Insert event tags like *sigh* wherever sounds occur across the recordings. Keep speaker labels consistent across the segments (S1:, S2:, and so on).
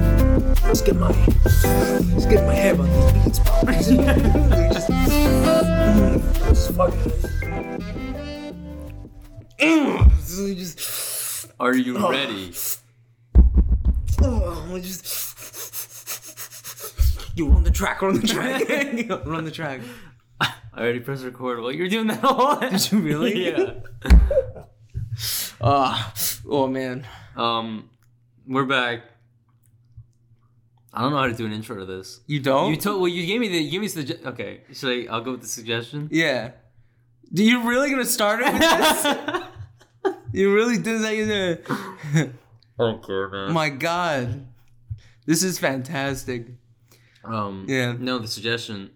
S1: Let's get my let's get my hair on these beats, bro. *laughs* just, just fucking. Mm, just,
S2: Are you ready?
S1: oh, just. You on the track? Run the track. *laughs* run the track.
S2: I already pressed record while you're doing that whole
S1: Did you really?
S2: *laughs* Yeah.
S1: *laughs* Ah, oh man.
S2: Um, we're back. I don't know how to do an intro to this.
S1: You don't?
S2: You told well, you gave me the you gave me sugge- Okay, should I? I'll go with the suggestion.
S1: yeah. Do you really gonna start it with this? *laughs* you really did that? Gonna...
S2: okay, man.
S1: My God, this is fantastic.
S2: um,
S1: Yeah.
S2: No, the suggestion.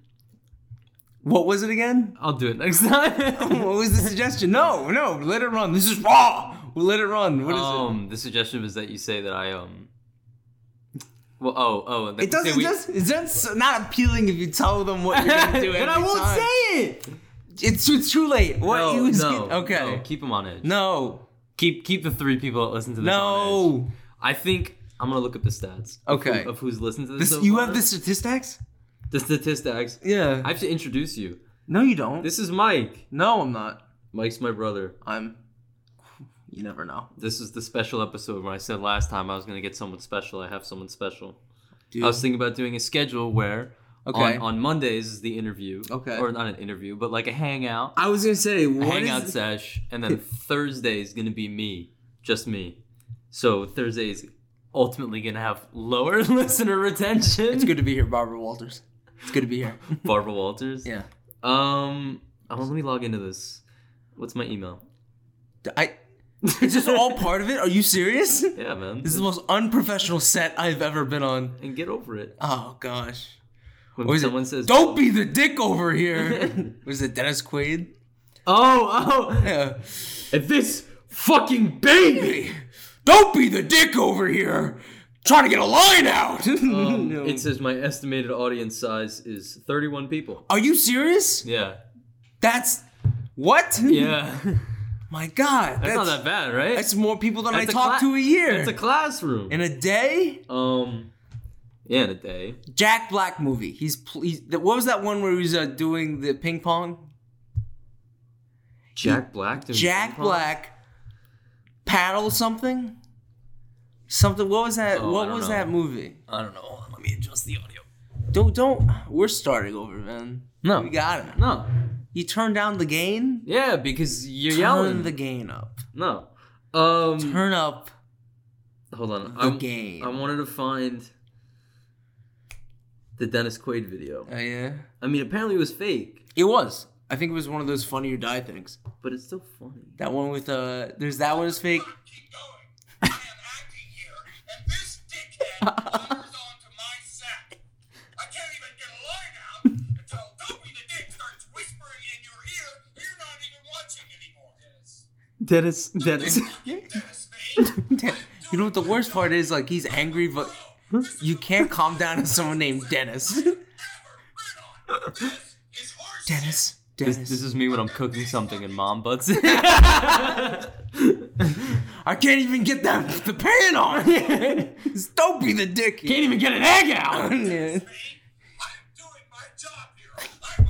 S1: What was it again?
S2: I'll do it next time.
S1: *laughs* What was the suggestion? No, no, let it run. This is raw. We'll let it run. What is
S2: um, the suggestion was that you say that I um. Well, oh, oh, that
S1: it? It doesn't just. It's just not appealing if you tell them what you're gonna
S2: *laughs*
S1: do.
S2: Then
S1: every
S2: I won't
S1: time. say it. It's it's too late. What
S2: No,
S1: you was
S2: no,
S1: okay?
S2: no, keep them on edge.
S1: No,
S2: Keep keep the three people that listen to this. on edge.
S1: no.
S2: I think I'm gonna look up the stats. of who-
S1: Okay.
S2: Of, who's listened to this.
S1: This,
S2: so
S1: you
S2: far.
S1: have the statistics?
S2: the statistics.
S1: Yeah.
S2: I have to introduce you.
S1: no, you don't.
S2: This is Mike.
S1: no, I'm not.
S2: Mike's my brother.
S1: I'm. You never know,
S2: This is the special episode where I said last time I was gonna get someone special. I have someone special.
S1: dude.
S2: I was thinking about doing a schedule where
S1: Okay.
S2: on, on Mondays is the interview.
S1: Okay.
S2: Or not an interview, but like a hangout.
S1: I was gonna say
S2: A
S1: what is-
S2: hangout sesh. And
S1: *laughs*
S2: then Thursday is gonna be me. Just me. So Thursday is ultimately gonna have lower *laughs* listener retention.
S1: It's good to be here, Barbara Walters. It's good to be
S2: *laughs*
S1: here.
S2: Barbara Walters.
S1: yeah.
S2: Um oh, let me log into this. What's
S1: *laughs*
S2: my email?
S1: I. Is this all part of it? Are you serious? This
S2: *laughs* Yeah, man.
S1: is the most unprofessional set I've ever been on.
S2: *laughs* and get over it.
S1: Oh gosh.
S2: When
S1: What is
S2: someone
S1: it?
S2: says
S1: "Don't be the dick over
S2: *laughs*
S1: here." Was it Dennis Quaid?
S2: Oh, oh, *laughs*
S1: Yeah.
S2: if this fucking baby.
S1: Don't be the dick over here. Trying to get a line
S2: *laughs*
S1: out.
S2: Oh,
S1: *laughs* Oh, No.
S2: It says my estimated audience size is 31 people.
S1: Are you serious?
S2: Yeah.
S1: *laughs* That's what?
S2: Yeah. That's,
S1: *laughs* My God, that's
S2: not that bad, right?
S1: that's more people than I
S2: That's a
S1: talk
S2: cla-
S1: to a year.
S2: It's a classroom.
S1: In a day,
S2: um yeah, in a day.
S1: Jack Black movie. He's please. What was that one where he was uh, doing the ping pong?
S2: Jack Black doing
S1: Jack
S2: ping pong?
S1: Black paddle something? Something what was that
S2: Oh, I
S1: what
S2: don't
S1: was
S2: know.
S1: that movie?
S2: I don't know. Hold on, Let me adjust the audio.
S1: Don't don't we're starting over, man.
S2: No.
S1: We got it.
S2: No.
S1: You turn down the gain?
S2: Yeah, because you're
S1: Turn
S2: yelling.
S1: the gain up.
S2: no. Um
S1: Turn up
S2: Hold on.
S1: the
S2: I'm-
S1: game.
S2: I wanted to find the Dennis Quaid video.
S1: Oh yeah.
S2: I mean, apparently it was fake,
S1: It was. I think it was one of those funny or die things.
S2: but it's still funny.
S1: That one with uh there's that one is fake. *laughs*
S3: keep going. I am acting here, and this dickhead climbs onto my sack. I can't even get a line out until Dopey the Dick starts whispering in your ear. You're not even watching anymore. Yes.
S2: Dennis, Dennis.
S3: Dennis, man.
S1: You know what the worst part is? Like he's angry but you can't calm down to someone named
S2: *laughs*
S1: Dennis.
S3: Ever been on. This is horse
S1: Dennis.
S2: This,
S1: Dennis.
S2: this is me when I'm cooking something and mom butts in.
S1: I can't even get that the pan
S2: *laughs*
S1: on. Just Don't be the dick. Can't even get an egg out.
S3: shit, man. I'm doing my job here.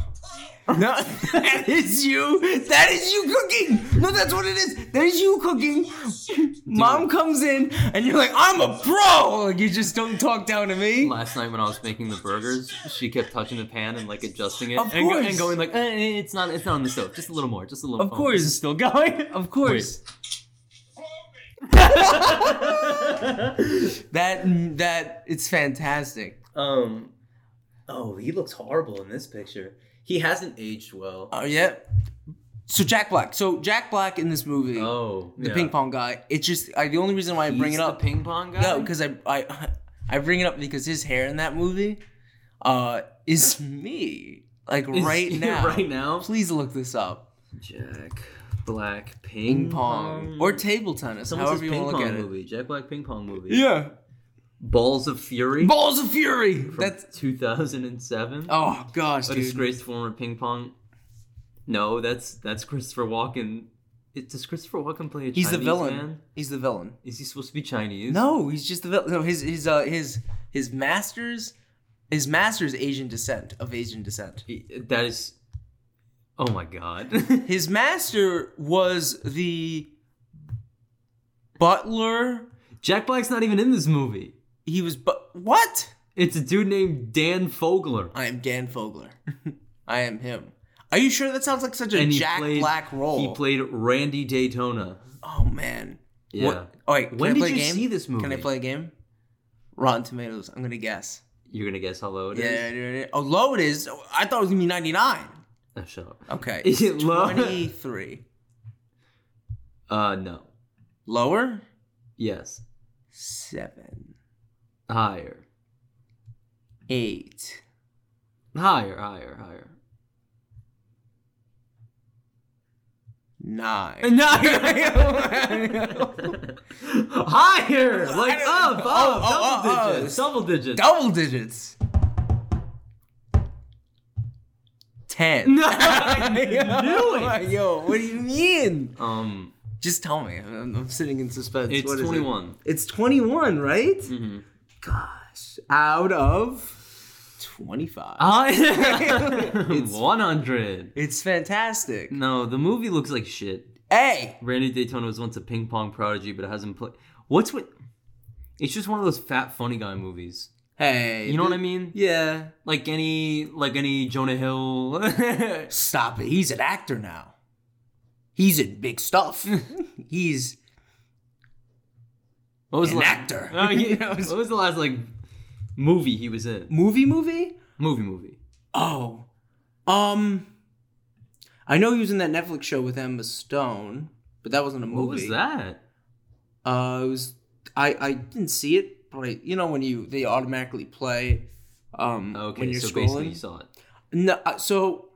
S1: *laughs*
S3: I'm a pro.
S1: no, that is you. That is you cooking. No, that's what it is. That is you cooking.
S3: Shit.
S1: Mom comes in and you're like, I'm a pro. Like, you just don't talk down to me.
S2: *laughs* Last night when I was making the burgers, she kept touching the pan and like adjusting it
S1: Of
S2: and, go-
S1: course.
S2: and going like, eh, eh, "It's not, it's not on the stove. Just a little more, just a little."
S1: Of
S2: oh,
S1: course.
S2: *laughs* this is still going.
S1: *laughs* Of course.
S3: Blow me.
S1: That that it's fantastic.
S2: Um, oh, he looks horrible in this picture. He hasn't aged well.
S1: Oh yeah. So Jack Black. So Jack Black in this movie,
S2: Oh,
S1: the ping pong guy. It's just I, the only reason why I bring it up.
S2: ping pong guy.
S1: No, because I, I *laughs* I bring it up because his hair in that movie uh is me. Like
S2: *laughs*
S1: right now.
S2: right now,
S1: Please look this up.
S2: Jack Black
S1: Ping pong. Or table tennis,
S2: Mm-hmm. Someone
S1: however
S2: says
S1: you
S2: ping
S1: want to
S2: pong
S1: look at
S2: movie. Jack Black ping pong movie.
S1: it. Yeah.
S2: Balls of Fury.
S1: Balls of Fury.
S2: from
S1: That's
S2: 2007.
S1: oh gosh,
S2: a
S1: dude.
S2: disgraced former ping pong. No, that's that's Christopher Walken. It, does Christopher Walken play a
S1: He's the
S2: Chinese
S1: villain.
S2: man?
S1: He's the villain.
S2: Is he supposed to be Chinese?
S1: No, he's just the villain. No, his his uh his his master's his master's Asian descent of Asian descent.
S2: That is. Oh my god. *laughs*
S1: His master was the butler.
S2: Jack Black's not even in this movie.
S1: He was but what?
S2: It's a dude named Dan Fogler.
S1: I am Dan
S2: *laughs*
S1: Fogler. I am him. Are you sure that sounds like such a
S2: he
S1: Jack
S2: played-
S1: Black role?
S2: He played Randy Daytona.
S1: oh man.
S2: Yeah.
S1: What? All right. Can
S2: When
S1: I
S2: did
S1: play a
S2: you
S1: game?
S2: see this movie?
S1: Can I play a game? Rotten Tomatoes. I'm gonna guess.
S2: You're gonna guess how low it is.
S1: Yeah, yeah, yeah. Oh, low it is. I thought it was gonna be 99.
S2: Oh, shut up. *laughs*
S1: Okay.
S2: Is
S1: it's
S2: it low?
S1: 23.
S2: Uh, no.
S1: Lower?
S2: Yes.
S1: Seven.
S2: Higher.
S1: Eight.
S2: Higher. Higher.
S1: *laughs*
S2: Higher. *laughs*
S1: Nine.
S2: No. Higher.
S1: *laughs* I
S2: Like
S1: don't-
S2: up, up,
S1: oh, oh,
S2: double
S1: oh, oh.
S2: digits, double digits.
S1: Double digits. Ten. *laughs*
S2: *laughs* No, I knew it.
S1: Yo, what do you mean?
S2: Um,
S1: Just tell me. I'm, I'm sitting in suspense.
S2: it's
S1: What is it?
S2: 21.
S1: It's 21, right?
S2: Mm-hmm.
S1: Gosh. Out of 25. *laughs*
S2: *laughs*
S1: It's-
S2: 100.
S1: It's fantastic.
S2: No, the movie looks like shit.
S1: Hey!
S2: Randy Daytona was once a ping pong prodigy, but hasn't played. What's with? It's just one of those fat funny guy movies.
S1: Hey.
S2: You know what I mean?
S1: Yeah.
S2: Like any, like any Jonah Hill. *laughs*
S1: Stop it. He's an actor now. He's in big stuff. *laughs* He's
S2: what was
S1: An
S2: the last,
S1: *laughs* actor.
S2: Oh, yeah. what was the last like movie he was in?
S1: movie movie?
S2: Movie, movie.
S1: Oh. Um I know he was in that Netflix show with Emma Stone, but that wasn't a movie.
S2: What was that?
S1: Uh it was I I didn't see it, but I, you know when you they automatically play um
S2: Okay,
S1: when you're
S2: so basically you
S1: scrolling.
S2: saw it.
S1: No, uh, so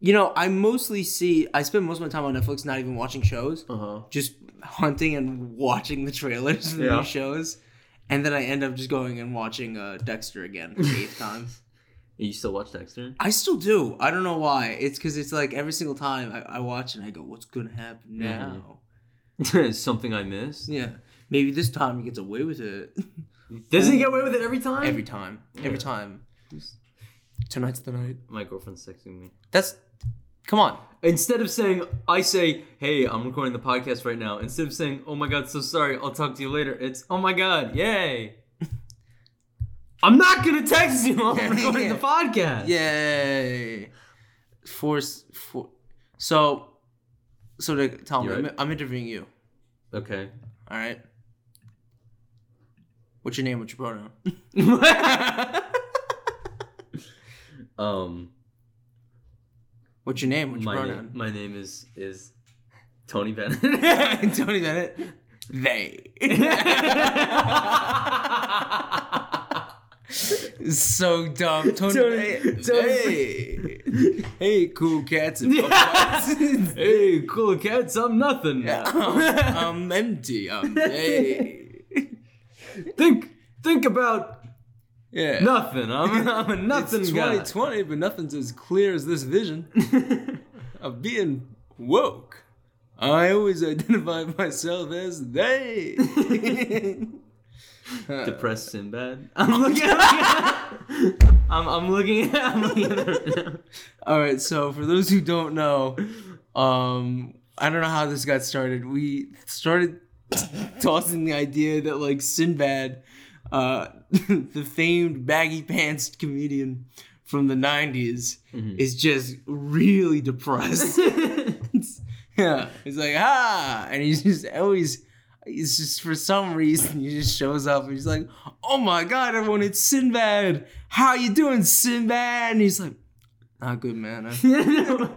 S1: you know, I mostly see I spend most of my time on Netflix not even watching shows.
S2: Uh huh.
S1: just hunting and watching the trailers for
S2: Yeah.
S1: these shows. And then I end up just going and watching uh, Dexter again for the
S2: *laughs*
S1: eighth time.
S2: You still
S1: *laughs*
S2: watch Dexter?
S1: I still do. I don't know why. It's because it's like every single time I, I watch and I go, what's going to happen
S2: Mm-hmm.
S1: now?
S2: Something I missed.
S1: Yeah. Maybe this time he gets away with it. *laughs*
S2: Does he get away with it every time? *clears throat*
S1: Every time. Every
S2: Yeah.
S1: time. Tonight's the night.
S2: My girlfriend's texting me.
S1: That's. Come on.
S2: Instead of saying, I say, hey, I'm recording the podcast right now. Instead of saying, oh my god, so sorry, I'll talk to you later, it's, oh my god, *laughs* yay. I'm not gonna text you *laughs* while I'm recording the podcast.
S1: Yay. Force. For, so. So, to, tell me,
S2: You're
S1: I'm-
S2: right.
S1: I'm interviewing you.
S2: Okay.
S1: All right. What's your name? What's your pronoun?
S2: *laughs* um,
S1: What's your name? What's your
S2: my, name,
S1: pronoun?
S2: my name is is Tony Bennett.
S1: *laughs* Tony Bennett. They. *laughs* so dumb. Tony.
S2: Tony-
S1: hey,
S2: Tony-
S1: hey. Hey, cool cats.
S2: *laughs*
S1: And
S2: *laughs* hey,
S1: *laughs*
S2: cool cats, I'm nothing.
S1: I'm um, empty. I'm hey.
S2: think think about
S1: Yeah.
S2: nothing. I'm, *laughs* I'm a nothing
S1: it's
S2: guy.
S1: 2020, but nothing's as clear as this vision
S2: *laughs*
S1: of being woke. I always *laughs* identify myself as
S2: *laughs*
S1: they.
S2: Depressed Sinbad. *laughs* I'm looking. I'm, I'm looking. I'm looking at her.
S1: All right, so for those who don't know, um, I don't know how this got started. We started *coughs* tossing the idea that like Sinbad, uh, *laughs* the famed baggy pants comedian from the '90s,
S2: Mm-hmm.
S1: is just really depressed. *laughs* yeah, he's like ah, and he's just always. It's just for some reason he just shows up and he's like, "Oh my god, everyone, it's Sinbad! How you down, Sinbad?" And he's like, "Not good, man. *laughs* I-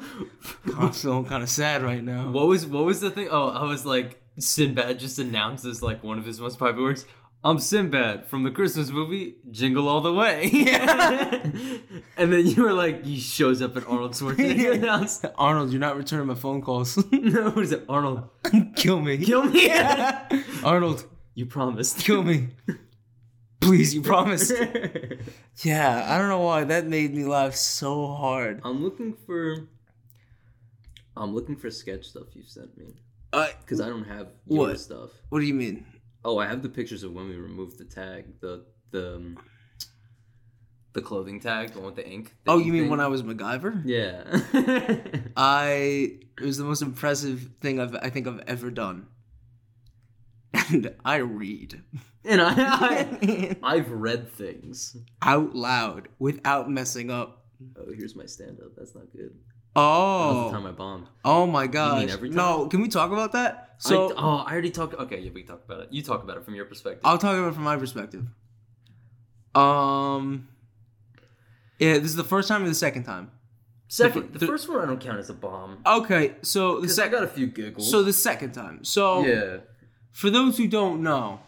S1: I'm feeling kind of sad right now."
S2: *laughs* what was what was the thing? Oh, I was like Sinbad just announces like one of his most popular works. I'm Sinbad from the Christmas movie Jingle All the *laughs* Way. and then you were like, he shows up at Arnold Schwarzenegger *laughs* announced.
S1: Arnold, you're not returning my phone calls. *laughs*
S2: No, what is it? Arnold,
S1: Kill me.
S2: kill me.
S1: *laughs* Arnold,
S2: You promised.
S1: kill me. Please, you promised.
S2: *laughs*
S1: yeah, I don't know why that made me laugh so hard.
S2: I'm looking for. I'm looking for sketch stuff you sent me
S1: Uh,
S2: because I don't have your
S1: What?
S2: stuff.
S1: what do you mean?
S2: Oh, I have the pictures of when we removed the tag, the the um, the clothing tag, the one with the ink. the
S1: Oh,
S2: ink
S1: you mean
S2: thing.
S1: when I was MacGyver?
S2: Yeah. *laughs*
S1: I it was the most impressive thing I've I think I've ever done. *laughs* And I read
S2: and I, I I've read things.
S1: out loud without messing up.
S2: Oh, here's my stand up. That's not good. That was the time
S1: Oh,
S2: I bombed.
S1: oh my gosh!
S2: every time?
S1: No, can we talk about that? So
S2: I, oh, I already talked. Okay, yeah, we can talk about it. You talk about it from your perspective.
S1: I'll talk about it from my perspective. Um, yeah, this is the first time or the second time.
S2: Second, the,
S1: the-
S2: first one I don't count as a bomb.
S1: Okay, so the
S2: 'Cause I
S1: second,
S2: got a few giggles.
S1: so the second time. So
S2: yeah,
S1: for those who don't know,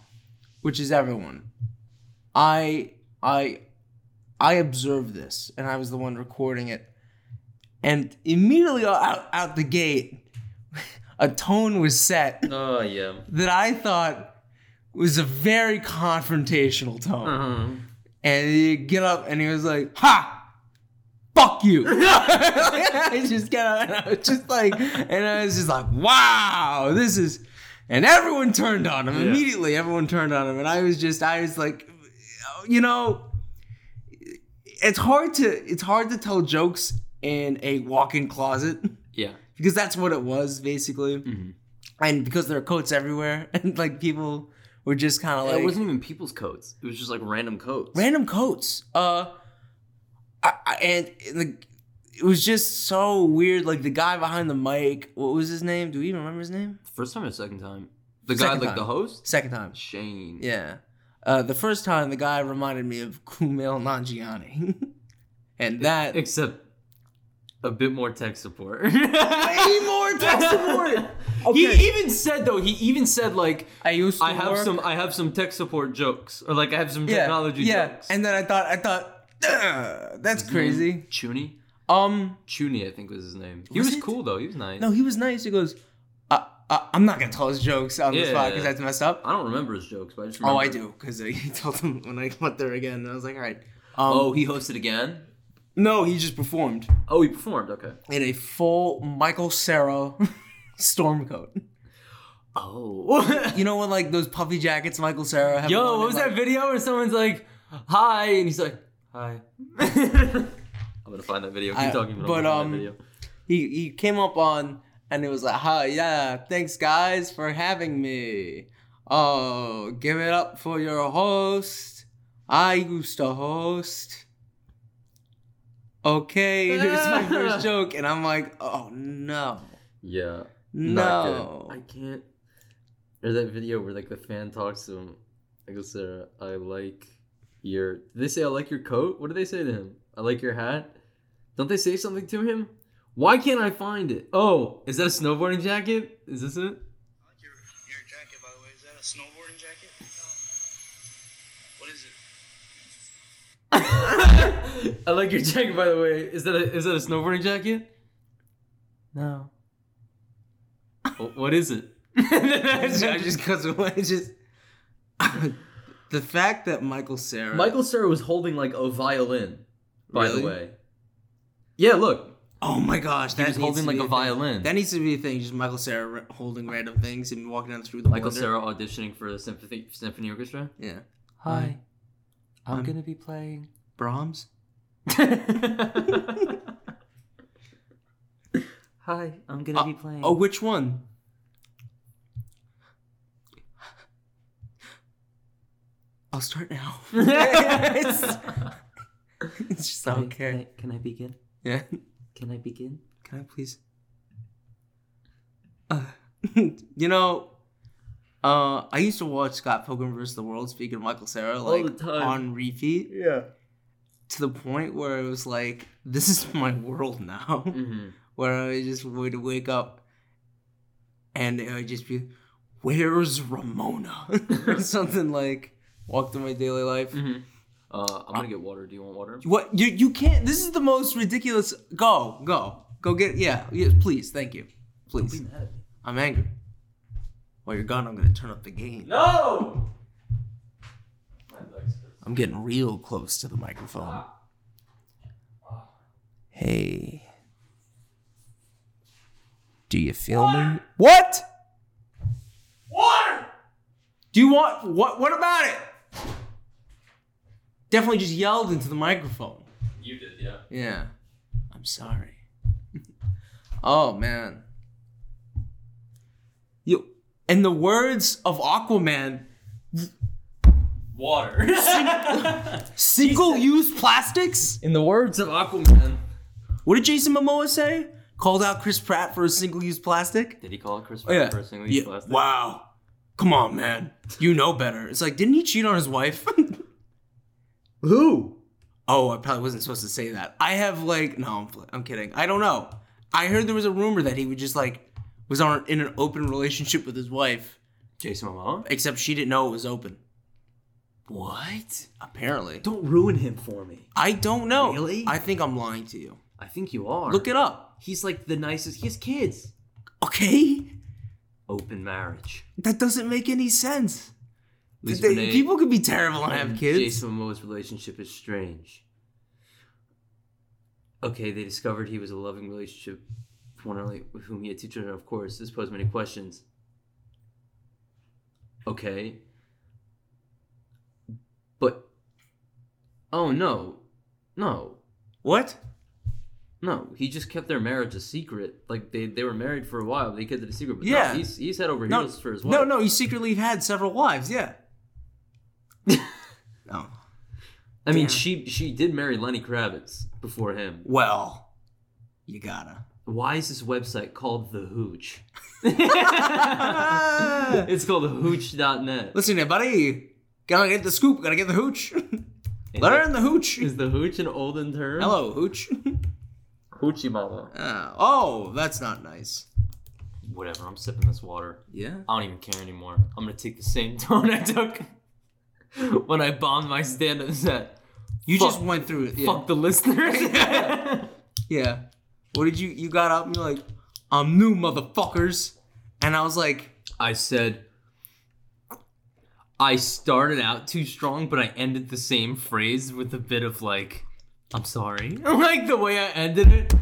S1: which is everyone, I I I observed this, and I was the one recording it, and immediately out out the gate, *laughs* a tone was set
S2: oh yeah.
S1: that I thought was a very confrontational tone.
S2: Uh-huh.
S1: And he get up and he was like, Ha! Fuck you! *laughs* I just get up and I was just like, and I was just like, wow, this is. And everyone turned on him
S2: Yeah.
S1: immediately. Everyone turned on him. And I was just, I was like, you know, it's hard to, it's hard to tell jokes in a walk-in closet *laughs*
S2: Yeah.
S1: because that's what it was basically.
S2: Mm-hmm.
S1: And because there are coats everywhere *laughs* and like people were just kind of like,
S2: it wasn't even people's coats. It was just like random coats.
S1: random coats. Uh, I, I, and the, it was just so weird. Like the guy behind the mic, what was his name? Do we even remember his name?
S2: First time or second time? The
S1: Second
S2: guy, like
S1: time.
S2: the host?
S1: Second time.
S2: Shane.
S1: Yeah. Uh, the first time, the guy reminded me of *laughs* Kumail Nanjiani, *laughs* and that
S2: Except a bit more tech support.
S1: way more tech support.
S2: *laughs* He even said though, he even said like
S1: I used. To
S2: I have
S1: work-
S2: some I have some tech support jokes. Or like I have some
S1: yeah,
S2: technology
S1: Yeah,
S2: jokes. Mm-hmm.
S1: and then I thought, I thought, "Ugh, that's crazy.
S2: Chuny?
S1: Um,
S2: Chuny, I think was his name. He
S1: Was
S2: was,
S1: it?
S2: cool though, he was nice.
S1: no, he was nice. He goes, I, I, I'm not gonna tell his jokes on this
S2: Yeah.
S1: podcast. That's messed up.
S2: I don't remember his jokes, but I just
S1: Oh,
S2: remember.
S1: I do, because I *laughs* told him when I went there again, and I was like, all right. Um,
S2: Oh, he hosted again?
S1: no, he just performed
S2: Oh, he performed, okay.
S1: in a full Michael
S2: *laughs*
S1: Cera storm coat.
S2: Oh.
S1: *laughs* You know when like those puffy jackets Michael Cera have?
S2: *laughs* Yo,
S1: on
S2: what
S1: and,
S2: was
S1: like-
S2: that video where someone's like, "Hi," and he's like,
S1: *laughs*
S2: "Hi." I'm gonna find that video. Keep
S1: I-
S2: talking, but,
S1: but,
S2: I'm
S1: um,
S2: um, video.
S1: He he came up on and it was like, hi, yeah, thanks guys for having me. Oh, give it up for your host. I used to host. Okay, *laughs* here's my
S2: *laughs*
S1: first joke, and I'm like, oh no,
S2: Yeah. not
S1: no.
S2: good. I can't. Or that video where like the fan talks to him. I go, Sarah, I like your. Did they say I like your coat? What do they say to him? I like your hat. Don't they say something to him? Why can't I find it? Oh, is that a snowboarding jacket? Is
S1: *laughs*
S2: this it? *laughs*
S4: like your your jacket, by the way. Is that a snowboarding jacket? What is it?
S2: I like your jacket, by the way. Is that a, is that a snowboarding jacket?
S1: No.
S2: Wh- What is it?
S1: I just, I just cuts away. It's Just *laughs* the fact that Michael Sarah.
S2: Michael Cera was holding like a violin, by
S1: Really?
S2: the way. Yeah, look,
S1: Oh my gosh,
S2: he
S1: that
S2: was
S1: needs
S2: holding
S1: to
S2: like
S1: be
S2: a
S1: thing.
S2: violin.
S1: That needs to be a thing. Just Michael Sarah ra- holding random things and walking down through the
S2: Michael
S1: wonder.
S2: Cera auditioning for the symphony symphony orchestra.
S1: Yeah.
S2: Hi,
S1: I'm
S2: gonna be *laughs* playing.
S1: Brahms.
S2: Hi, I'm gonna be playing. *laughs*
S1: Oh, which one? I'll start
S2: *laughs*
S1: now. *laughs* it's, it's just okay.
S2: Can I begin?
S1: Yeah.
S2: Can I begin?
S1: Can I please? Uh, *laughs* you know, uh, I used to watch Scott Pilgrim vs. the World. Speaking of Michael Sarah,
S2: All the
S1: like
S2: time.
S1: on repeat,
S2: Yeah.
S1: to the point where it was like, this is *laughs* my world now. *laughs*
S2: hmm
S1: where I just would wake up, and it would just be, "Where's Ramona?" *laughs* or something like. Walk through my daily life.
S2: Uh, I'm gonna get water. Do you want water?
S1: What you you can't. This is the most ridiculous. Go go go get yeah yeah. Please thank you. Please. I'm angry. While you're gone, I'm gonna turn up the game.
S2: No.
S1: I'm getting real close to the microphone. Hey. Do you feel me? What? Water! Do you want what? What about it? Definitely just yelled into the microphone.
S2: You did, yeah.
S1: Yeah. I'm sorry. *laughs* oh man. You in the words of Aquaman,
S2: Water.
S1: *laughs* single-use plastics?
S2: In the words of Aquaman.
S1: What did Jason Momoa say? Called out Chris Pratt for a single-use plastic?
S2: Did he call it Chris
S1: Oh,
S2: Pratt
S1: yeah.
S2: for a single
S1: Yeah.
S2: use plastic?
S1: Wow. Come on, man. You know better. It's like, didn't he cheat on his wife? *laughs*
S2: Who?
S1: oh, I probably wasn't supposed to say that. I have like, no, I'm, pl- I'm kidding. I don't know. I heard there was a rumor that he would just like was on in an open relationship with his wife,
S2: Jason Momoa?
S1: except she didn't know it was open.
S2: What?
S1: Apparently,
S2: Don't ruin him for me.
S1: I don't know.
S2: Really?
S1: I think I'm lying to you.
S2: I think you are.
S1: Look it up.
S2: He's like the nicest. He has kids.
S1: Okay,
S2: Open marriage.
S1: that doesn't make any sense.
S2: Lisa
S1: They-
S2: Bonet
S1: people could be terrible and have
S2: and
S1: kids.
S2: Jason Momoa's relationship is strange. Okay, they discovered he was a loving relationship with one only with whom he had two children. Of course, this posed many questions. Okay, but oh no, no,
S1: What?
S2: no! He just kept their marriage a secret. Like they, they were married for a while, but he kept it a secret. But
S1: Yeah.
S2: no, he's he's head over
S1: No,
S2: heels for his wife.
S1: No, no, he secretly had several wives. Yeah. *laughs* oh.
S2: I mean,
S1: Damn.
S2: she she did marry Lenny Kravitz before him.
S1: Well, you gotta.
S2: Why is this website called
S1: *laughs*
S2: The Hooch? it's called hooch.net.
S1: Ah! Listen here, buddy. Gotta get the scoop. Gotta get the hooch. *laughs* Learn the hooch.
S2: Is the hooch an olden term?
S1: Hello, hooch. *laughs*
S2: Hoochie mama.
S1: Uh, oh, that's not nice.
S2: Whatever, I'm sipping this water.
S1: Yeah.
S2: I don't even care anymore. I'm gonna take the same *laughs* tone I took when I bombed my stand up set.
S1: You
S2: Fuck.
S1: just went through it. Yeah.
S2: Fuck the listeners. *laughs*
S1: Yeah. What did you? You got up and you're like, I'm new, motherfuckers. And I was like,
S2: I said, I started out too strong, but I ended the same phrase with a bit of like, I'm sorry. *laughs* like the way I ended it.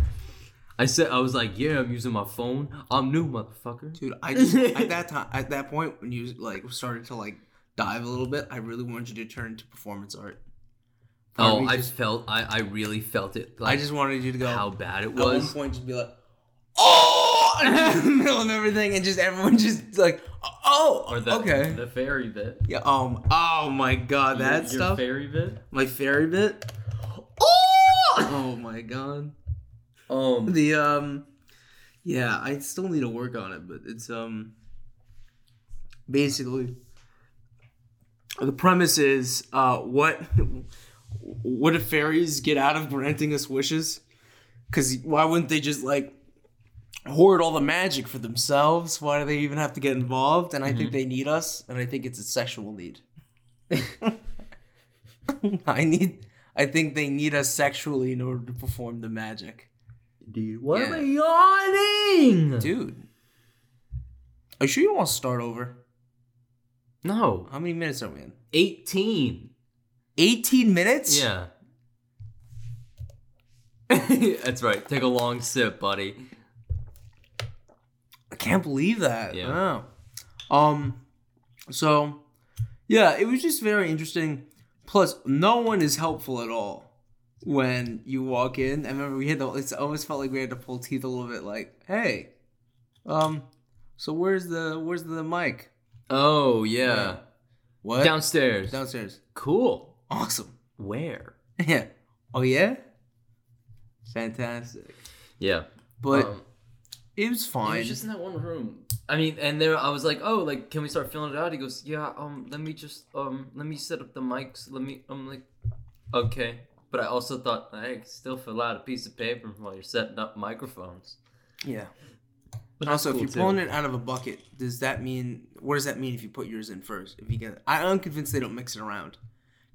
S2: I said, I was like, yeah, I'm using my phone. I'm new, motherfucker.
S1: Dude, I
S2: *laughs*
S1: just at that time at that point when you like started to like dive a little bit, I really wanted you to turn into performance art. Part of
S2: Oh,
S1: me
S2: I
S1: just-
S2: felt, I, I really felt it. Like,
S1: I just wanted you to go
S2: how bad it
S1: at one
S2: was.
S1: point just be like, oh, *laughs* in the middle of everything, and just everyone just like, oh,
S2: Or the,
S1: okay,
S2: The fairy bit.
S1: yeah, um, oh my god,
S2: Your-
S1: that
S2: your
S1: stuff,
S2: fairy bit.
S1: my fairy bit, oh, oh my god,
S2: Um,
S1: the um, yeah, I still need to work on it, but it's um, basically, the premise is uh, what what do fairies get out of granting us wishes? Because why wouldn't they just like hoard all the magic for themselves? Why do they even have to get involved? And I think they need us, and I think it's a sexual need. *laughs* I need. I think they need us sexually in order to perform the magic.
S2: dude, what
S1: Yeah.
S2: am I yawning?
S1: Dude. Are you sure you don't want to start over?
S2: No,
S1: How many minutes are we in?
S2: 18.
S1: 18 minutes?
S2: Yeah. *laughs* That's right. Take a long sip, buddy.
S1: I can't believe that.
S2: Yeah.
S1: Wow. Um so yeah, it was just very interesting. Plus, no one is helpful at all when you walk in. I remember we had the it's almost felt like we had to pull teeth a little bit like, hey, um, so where's the where's the mic?
S2: Oh, yeah.
S1: What?
S2: Downstairs.
S1: Downstairs.
S2: cool.
S1: Awesome. *laughs*
S2: Where?
S1: Yeah. Oh yeah? Fantastic.
S2: Yeah.
S1: But
S2: um,
S1: It was
S2: it
S1: fine.
S2: was just in that one room. I mean, and there I was like, "Oh, like, can we start filling it out?" He goes, "Yeah, um, let me just, um, let me set up the mics. Let me." I'm like, "Okay," but I also thought I can still fill out a piece of paper while you're setting up microphones.
S1: yeah.
S2: But that's
S1: Also,
S2: cool,
S1: if you're
S2: too.
S1: pulling it out of a bucket, does that mean what does that mean if you put yours in first? If you get, I, I'm convinced they don't mix it around,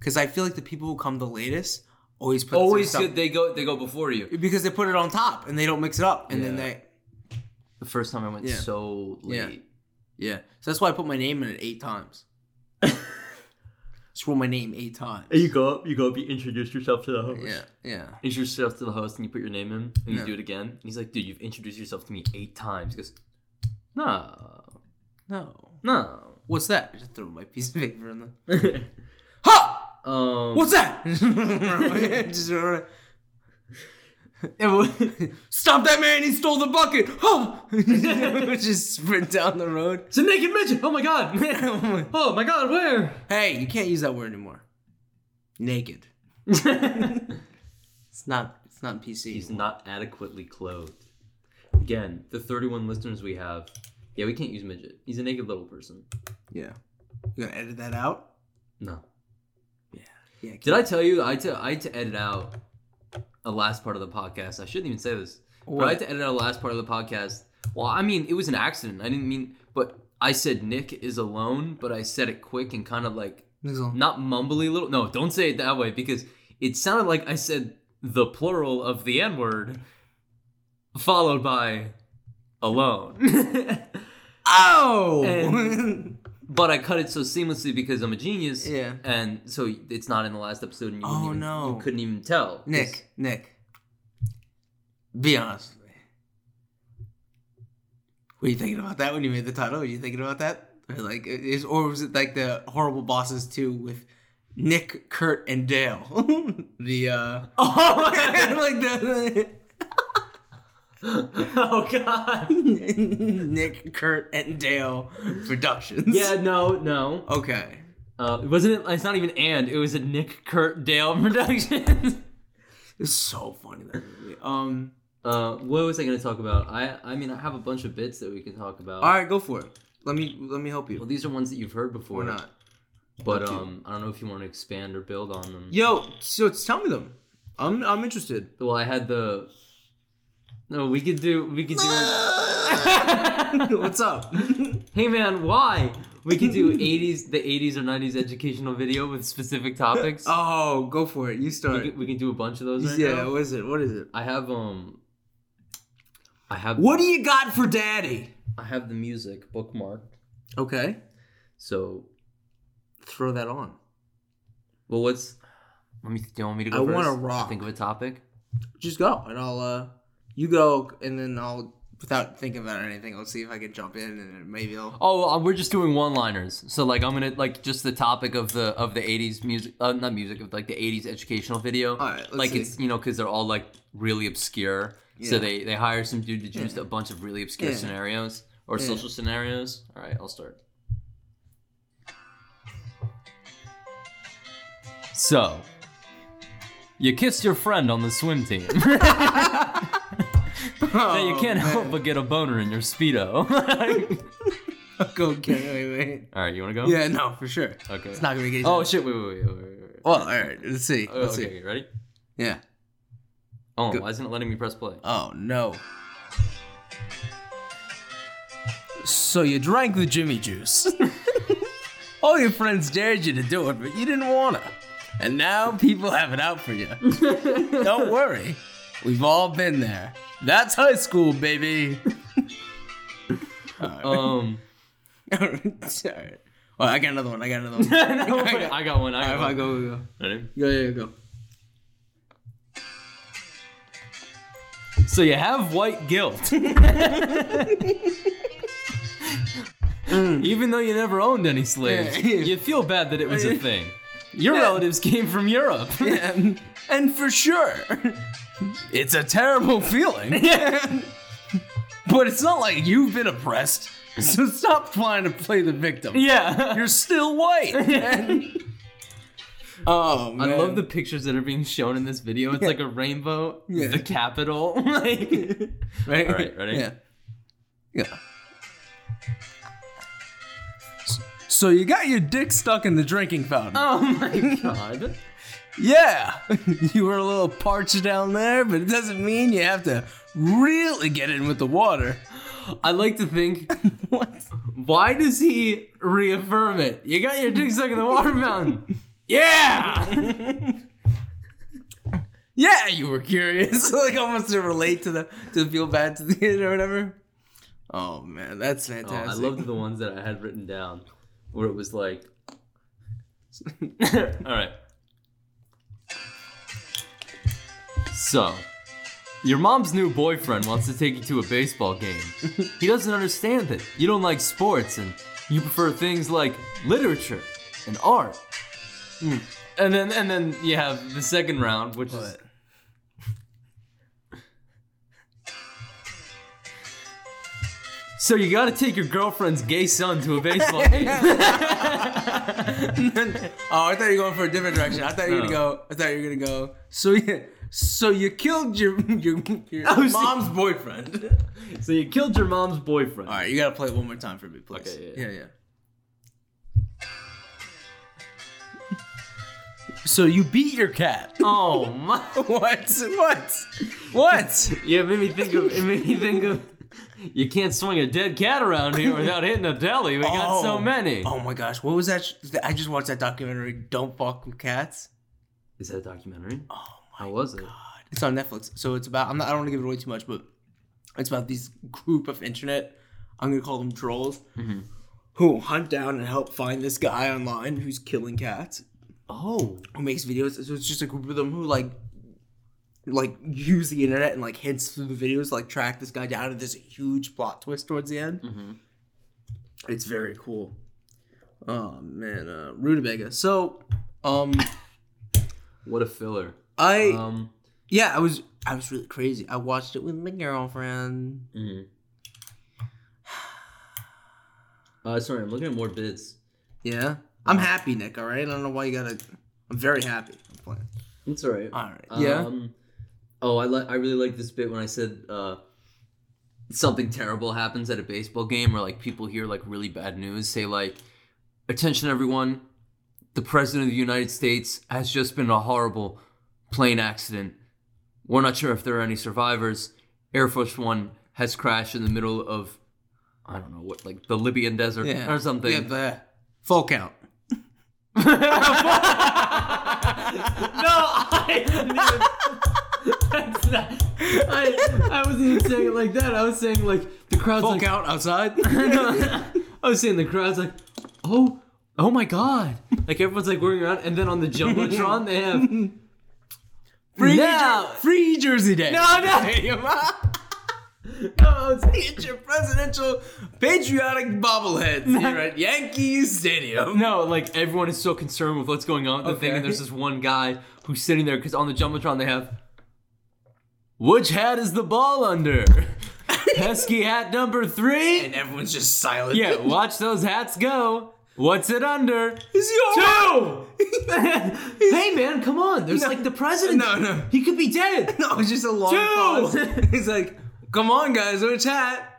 S1: because I feel like the people who come the latest always put
S2: always
S1: their
S2: good.
S1: stuff,
S2: They go, they go before you.
S1: because they put it on top and they don't mix it up, and then
S2: Yeah.
S1: they
S2: The first time I went
S1: Yeah.
S2: so
S1: Yeah.
S2: late.
S1: yeah. So that's why I put my name in it eight
S2: *laughs*
S1: times. Scroll my name eight times.
S2: You go up, you go up, you introduce yourself to the host.
S1: Yeah, yeah.
S2: Introduce yourself to the host and you put your name in and you
S1: Yeah.
S2: do it again. And he's like, dude, you've introduced yourself to me eight times. He goes, no,
S1: No,
S2: no.
S1: What's that? I just throw my piece of paper in the.
S2: *laughs*
S1: Ha!
S2: um,
S1: What's that? Just throw it.
S2: it wa-
S1: *laughs* Stop that man! He stole the bucket! Ha! *laughs* just sprint down the road.
S2: It's a naked midget. Oh my god. *laughs* Oh my god. Where?
S1: hey, you can't use that word anymore. Naked. It's not. It's not PC.
S2: He's not adequately clothed. Again, the 31 listeners we have. Yeah, we can't use midget. He's a naked little person.
S1: yeah. You gonna edit that out?
S2: No.
S1: Yeah.
S2: Did I tell you I had to I had to edit out a last part of the podcast? I shouldn't even say this. But I had to edit out a last part of the podcast. Well, I mean, it was an accident. I didn't mean, but I said Nick is alone, but I said it quick and kind of like
S1: Nixel.
S2: not mumbly little. No, don't say it that way because it sounded like I said the plural of the N word followed by alone. *laughs*
S1: Oh. *laughs*
S2: And- but I cut it so seamlessly because I'm a genius.
S1: Yeah.
S2: And so it's not in the last episode. And you wouldn't
S1: Oh,
S2: even,
S1: no.
S2: You couldn't even tell.
S1: Nick. Nick. Be honest. with me. Were you thinking about that when you made the title? Were you thinking about that? Or like, is or was it like the horrible bosses too with Nick, Kurt, and Dale? *laughs* the uh,
S2: *laughs* Oh,
S1: *laughs* like the.
S2: *laughs* oh
S1: *laughs*
S2: God.
S1: Nick, Kurt, and Dale Productions.
S2: Yeah, no, no.
S1: Okay.
S2: Uh, it wasn't it? It's not even and. It was a Nick Kurt Dale *laughs* production.
S1: It's so funny that movie. Um.
S2: uh, what was I going to talk about? I, I mean, I have a bunch of bits that we can talk about.
S1: All right, go for it. Let me let me help
S2: Well,
S1: you.
S2: these are ones that you've heard before,
S1: Or not.
S2: But
S1: Okay.
S2: um, I don't know if you want to expand or build on them.
S1: Yo, so tell me them. I'm I'm interested.
S2: Well, I had the. No, we could do. We could do.
S1: *laughs* What's
S2: *laughs*
S1: up?
S2: hey man, why? We could do 80s, the 80s or 90s educational video with specific topics.
S1: oh, go for it. You
S2: we,
S1: start.
S2: could, we can do a bunch of those right
S1: yeah.
S2: now.
S1: What is it? What is it?
S2: I have um. I have.
S1: What do you got for Daddy?
S2: I have the music bookmarked.
S1: Okay.
S2: So,
S1: Throw that on.
S2: well, what's? Let me. Do you want me to
S1: I
S2: go
S1: wanna
S2: first?
S1: rock.
S2: Think of a topic.
S1: Just go, and I'll uh, you go, and then I'll without thinking about anything, I'll see if I can jump in, and maybe I'll.
S2: Oh, well, we're just doing one-liners. So like I'm gonna like just the topic of the of the '80s music, uh, not music, of like the '80s educational video.
S1: All right, let's
S2: like
S1: see.
S2: it's you know because they're all like really obscure.
S1: Yeah.
S2: So they they hire some dude to choose
S1: Yeah.
S2: a bunch of really obscure
S1: Yeah.
S2: scenarios or
S1: Yeah.
S2: social scenarios. All right, I'll start. So, you kissed your friend on the swim team. *laughs* Now you
S1: Oh,
S2: can't help
S1: man.
S2: but get a boner in your speedo. *laughs*
S1: *laughs* Go get wait, wait.
S2: all right, you want to go?
S1: Yeah, no, for sure.
S2: Okay.
S1: It's not gonna get.
S2: Oh shit! Wait, wait, wait, wait, wait. wait.
S1: well, all right. Let's see.
S2: Oh,
S1: Let's
S2: okay,
S1: see.
S2: ready?
S1: Yeah.
S2: Oh,
S1: Go.
S2: why isn't it letting me press play?
S1: Oh no. So you drank the Jimmy Juice. *laughs* All your friends dared you to do it, but you didn't wanna. And now people have it out for *laughs* you. Don't worry, we've all been there. That's high school, *laughs* baby. Uh, *laughs*
S2: Um,
S1: all *laughs* right. Well, Oh, I got another one. I got another *laughs* one.
S2: no,
S1: All
S2: wait, I got one. I
S1: right,
S2: got
S1: go,
S2: one.
S1: go, go.
S2: Ready?
S1: Go, yeah, go.
S2: So you have white
S1: *laughs*
S2: guilt, *laughs* even though you never owned any slaves.
S1: Yeah.
S2: You feel bad that
S1: *laughs*
S2: it was a thing. Your
S1: Yeah.
S2: relatives came from Europe.
S1: and, and for sure, *laughs* it's a terrible *laughs* feeling. But it's not like you've been oppressed, so stop trying to play the victim.
S2: *laughs* yeah.
S1: *laughs* You're still white. oh
S2: I
S1: man,
S2: love the pictures that are being shown in this video. It's like a rainbow,
S1: Yeah.
S2: the capital.
S1: *laughs*
S2: *laughs* like,
S1: Right?
S2: All right, ready?
S1: Yeah, yeah. So you got your dick stuck in the drinking fountain.
S2: oh my god.
S1: Yeah, *laughs* you were a little parched down there, but it doesn't mean you have to really get in with the water. *laughs*
S2: I like to think
S1: What?
S2: Why does he reaffirm it? You got your dick stuck in the water fountain. Yeah.
S1: *laughs* Yeah, you were curious. *laughs* like almost to relate to the to feel bad to the kid or whatever. Oh man, that's
S2: Oh, I
S1: fantastic.
S2: loved
S1: *laughs*
S2: the ones that I had written down, where it was like, all right. So, Your mom's new boyfriend wants to take you to a baseball game. He doesn't understand that you don't like sports and you prefer things like literature and art. Mm. And then and then you have the second round, which is
S1: What?
S2: so you got to take your girlfriend's gay son to a baseball game. *laughs*
S1: Oh, I thought you were going for a different direction. I thought you were gonna
S2: No.
S1: go. I thought you were gonna go. *laughs* So yeah, so you killed your your, your
S2: *laughs* I was-
S1: mom's boyfriend.
S2: *laughs* so you killed your mom's boyfriend.
S1: All right, you gotta play it one more time for me, please.
S2: Okay, yeah, yeah.
S1: yeah, So you beat your cat.
S2: Oh my!
S1: *laughs* what? What? What?
S2: *laughs* Yeah, it made me think of. It made me think of. You can't swing a dead cat around here without hitting a deli. We got so
S1: Oh.
S2: many.
S1: Oh my gosh, what was that? sh- I just watched that documentary. Don't fuck with cats.
S2: Is that a documentary? Oh my! How was it?
S1: It's on Netflix, so it's about. I'm not. I don't want to give it away too much, but it's about this group of internet. I'm gonna call them trolls,
S2: Mm-hmm.
S1: who hunt down and help find this guy online who's killing cats,
S2: Oh,
S1: who makes videos. So it's just a group of them who like, like use the internet and like hints through the videos, like track this guy down. And there's a huge plot twist towards the end.
S2: Mm-hmm.
S1: It's very cool. Oh man, uh, rutabaga. So, um,
S2: what a filler.
S1: I.
S2: Um,
S1: Yeah, I was I was really crazy. I watched it with my girlfriend.
S2: mhm. *sighs* uh, sorry, I'm looking at more bids.
S1: Yeah.
S2: Uh.
S1: I'm happy, Nick, alright? I don't know why you gotta I'm very happy. I'm playing.
S2: It's alright.
S1: Alright. Yeah.
S2: Um, oh, I like. I really like this bit when I said uh, something terrible happens at a baseball game, or like people hear like really bad news. Say like, "Attention, everyone! The president of the United States has just been in a horrible plane accident. We're not sure if there are any survivors. Air Force One has crashed in the middle of." I don't know what, like the Libyan desert
S1: Yeah.
S2: or something.
S1: Yeah, but full count.
S2: No, I didn't even. That's not. I, I wasn't even saying it like that. I was saying like the crowd's
S1: Full
S2: like.
S1: count outside.
S2: *laughs*
S1: *laughs*
S2: I was saying the crowd's like, oh, oh my god! Like everyone's like whirling around, and then on the jumbotron they have.
S1: free,
S2: Now-
S1: Jer- free Jersey Day.
S2: No, no. *laughs*
S1: Oh, it's your presidential patriotic bobbleheads
S2: *laughs*
S1: here at Yankee Stadium.
S2: No, like everyone is so concerned with what's going on with the thing,
S1: Okay.
S2: and there's this one guy who's sitting there because on the jumbotron they have, which hat is the
S1: *laughs*
S2: ball under? Pesky hat number three.
S1: And everyone's just silent.
S2: Yeah, watch those hats go. What's it under?
S1: *laughs* Is he all right?
S2: Two. hey man, come on. There's
S1: No.
S2: like the president.
S1: No, no.
S2: He could be dead.
S1: No, it's just a long
S2: Two!
S1: pause.
S2: *laughs*
S1: He's like, come on, guys, which hat?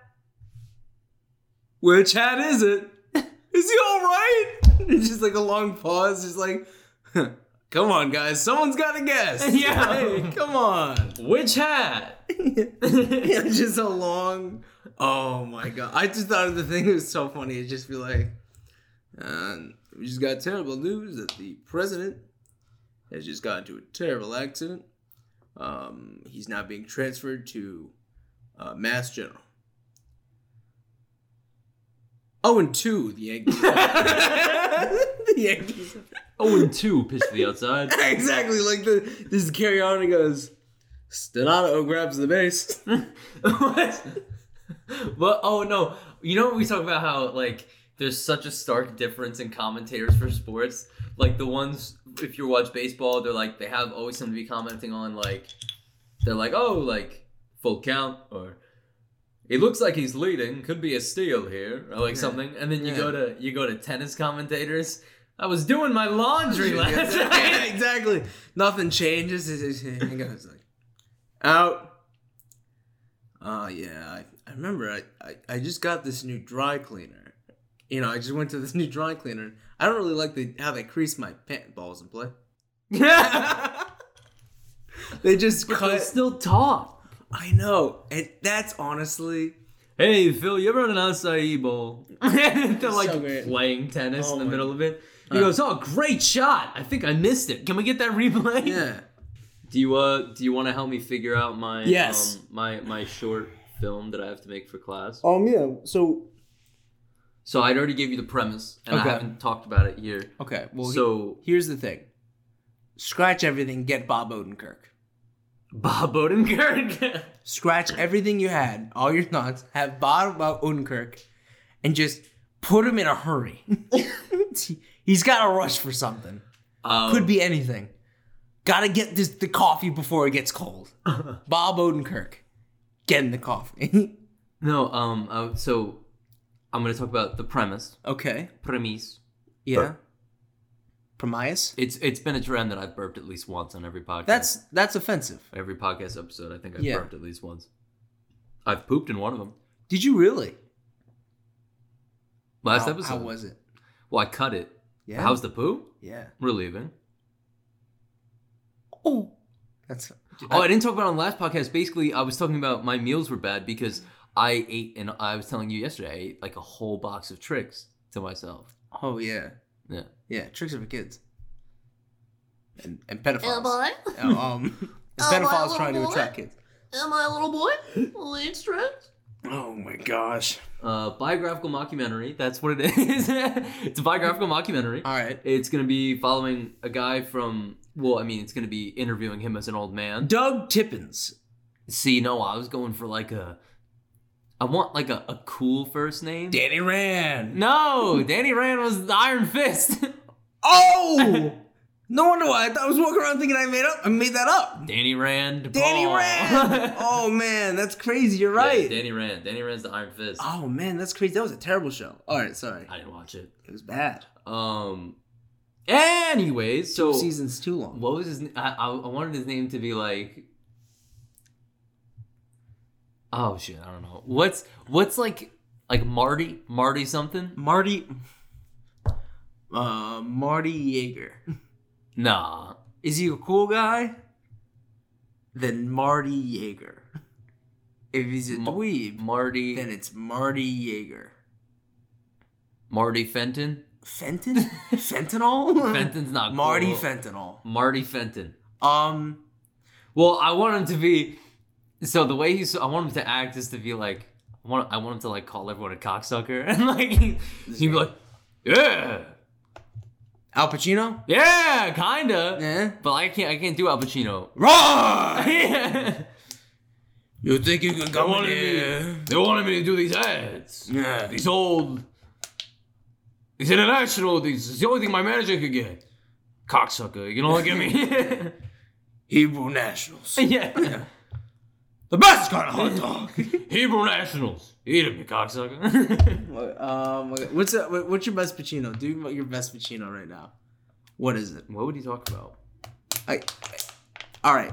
S1: Which hat is it? Is he all right? *laughs* It's just like a long pause. Just like, "Huh, come on, guys, someone's got to guess.
S2: *laughs* Yeah.
S1: Hey, *laughs* come on.
S2: Which hat?
S1: It's *laughs* just a long, oh my God. I just thought of the thing that was so funny. It'd just be like, uh, we just got terrible news that the president has just got into a terrible accident. Um, he's now being transferred to uh, Mass General. Oh, and two, the Yankees. *laughs* the Yankees.
S2: Oh, and two. Pitch to
S1: *laughs*
S2: the outside.
S1: Exactly, like the this is carry on and goes. Stenato grabs the base.
S2: what? But oh no, you know we talk about how like there's such a stark difference in commentators for sports. Like the ones if you watch baseball, they're like they have always something to be commenting on. Like they're like oh like full count or it looks like he's leading, could be a steal here or like something. And then you
S1: Yeah.
S2: go to you go to tennis commentators. I was doing my laundry *laughs* last
S1: *laughs* yeah, *laughs*
S2: night.
S1: exactly. Nothing changes. It's, it's, it goes like out. Oh yeah, I, I remember. I, I I just got this new dry cleaner. You know, I just went to this *laughs* new dry cleaner. I don't really like the how they crease my pant balls in play. They just
S2: But
S1: cut.
S2: still talk.
S1: I know, and that's honestly.
S2: Hey Phil, you ever had an
S1: *laughs*
S2: acai bowl? *laughs* They're like
S1: great.
S2: playing tennis
S1: Oh
S2: in the
S1: my-
S2: middle of it. He goes, "Oh, great shot! I think I missed it. Can we get that replay?"
S1: Yeah.
S2: Do you uh do you want to help me figure out my
S1: Yes.
S2: um, my my short film that I have to make for class?
S1: Um. Yeah. So.
S2: So I'd already gave you the premise, and
S1: Okay.
S2: I haven't talked about it here.
S1: Okay. Well. So
S2: so
S1: here's the thing. Scratch everything. Get Bob Odenkirk.
S2: Bob Odenkirk. *laughs*
S1: Scratch everything you had, all your thoughts, have Bob about Odenkirk, and just put him in a
S2: *laughs*
S1: hurry. He's got to rush for something.
S2: Um,
S1: Could be anything. Got to get this, the coffee before it gets
S2: *laughs*
S1: cold. Bob Odenkirk, getting the coffee. *laughs*
S2: no. Um. uh, so I'm gonna talk about the premise.
S1: okay.
S2: Premise.
S1: Yeah. Promise.
S2: It's it's been a trend that I've burped at least once on every podcast.
S1: That's that's offensive.
S2: every podcast episode. I think I've
S1: Yeah.
S2: burped at least once. I've pooped in one of them.
S1: Did you really?
S2: Last
S1: how,
S2: episode.
S1: How was it?
S2: Well, I cut it.
S1: Yeah.
S2: How's the poop?
S1: yeah.
S2: Relieving.
S1: Oh. That's.
S2: Oh, I didn't talk about it on the last podcast. Basically, I was talking about my meals were bad because I ate, and I was telling you yesterday, I ate like a whole box of tricks to myself.
S1: Oh yeah.
S2: Yeah.
S1: Yeah. Tricks are for kids. And and pedophiles. Uh, um. *laughs* and pedophiles trying to attract kids.
S2: Am I a little boy? Late tricks?
S1: Oh my gosh.
S2: Uh, biographical mockumentary. That's what it *laughs* is. it's a biographical mockumentary.
S1: All right.
S2: It's going to be following a guy from, well, I mean, it's going to be interviewing him as an old man.
S1: Doug Tippins.
S2: See, no, I was going for like a. I want like a, a cool first name.
S1: Danny Rand.
S2: No, Danny Rand was the Iron Fist. *laughs*
S1: *laughs* Oh. no wonder why I, thought I was walking around thinking I made up. I made that up.
S2: Danny Rand.
S1: Danny *laughs*
S2: Paul. *laughs*
S1: Rand. Oh man, that's crazy. You're
S2: Yeah,
S1: right.
S2: Danny Rand. Danny Rand's the Iron Fist.
S1: Oh man, that's crazy. That was a terrible show. All right, sorry.
S2: I didn't watch it.
S1: It was bad.
S2: Um. Anyways, so
S1: Two seasons too long.
S2: what was his? n- I, I I wanted his name to be like. Oh shit! I don't know. What's what's like like Marty Marty something?
S1: Marty. Uh, Marty Yeager.
S2: Nah.
S1: Is he a cool guy? Then Marty Yeager. If he's a
S2: Ma-
S1: dweeb,
S2: Marty
S1: then it's Marty Yeager.
S2: Marty Fenton.
S1: Fenton? Fentanyl?
S2: Fenton's not
S1: Marty
S2: cool.
S1: Fentanyl.
S2: Marty Fenton.
S1: Um,
S2: Well, I want him to be. So the way he's, I want him to act is to be like, I want, I want him to like call everyone a cocksucker *laughs* and like he, would be like, yeah,
S1: Al Pacino?
S2: yeah, kinda.
S1: Yeah.
S2: But I can't, I can't do Al Pacino. *laughs*
S1: Right!
S2: Yeah.
S1: You think you can
S2: They
S1: come in
S2: wanted
S1: here?
S2: me. They wanted me to do these ads.
S1: Yeah.
S2: These old. These international. These. It's the only thing my manager could get. Cocksucker. You can only get me.
S1: Hebrew nationals.
S2: *laughs* yeah.
S1: The best kind of hot *laughs* dog.
S2: *laughs* Hebrew nationals. Eat him, you cocksucker. *laughs*
S1: um, what's that, what- what's your best Pacino? Do your best Pacino right now. What is it?
S2: What would he talk about?
S1: I, I- all right,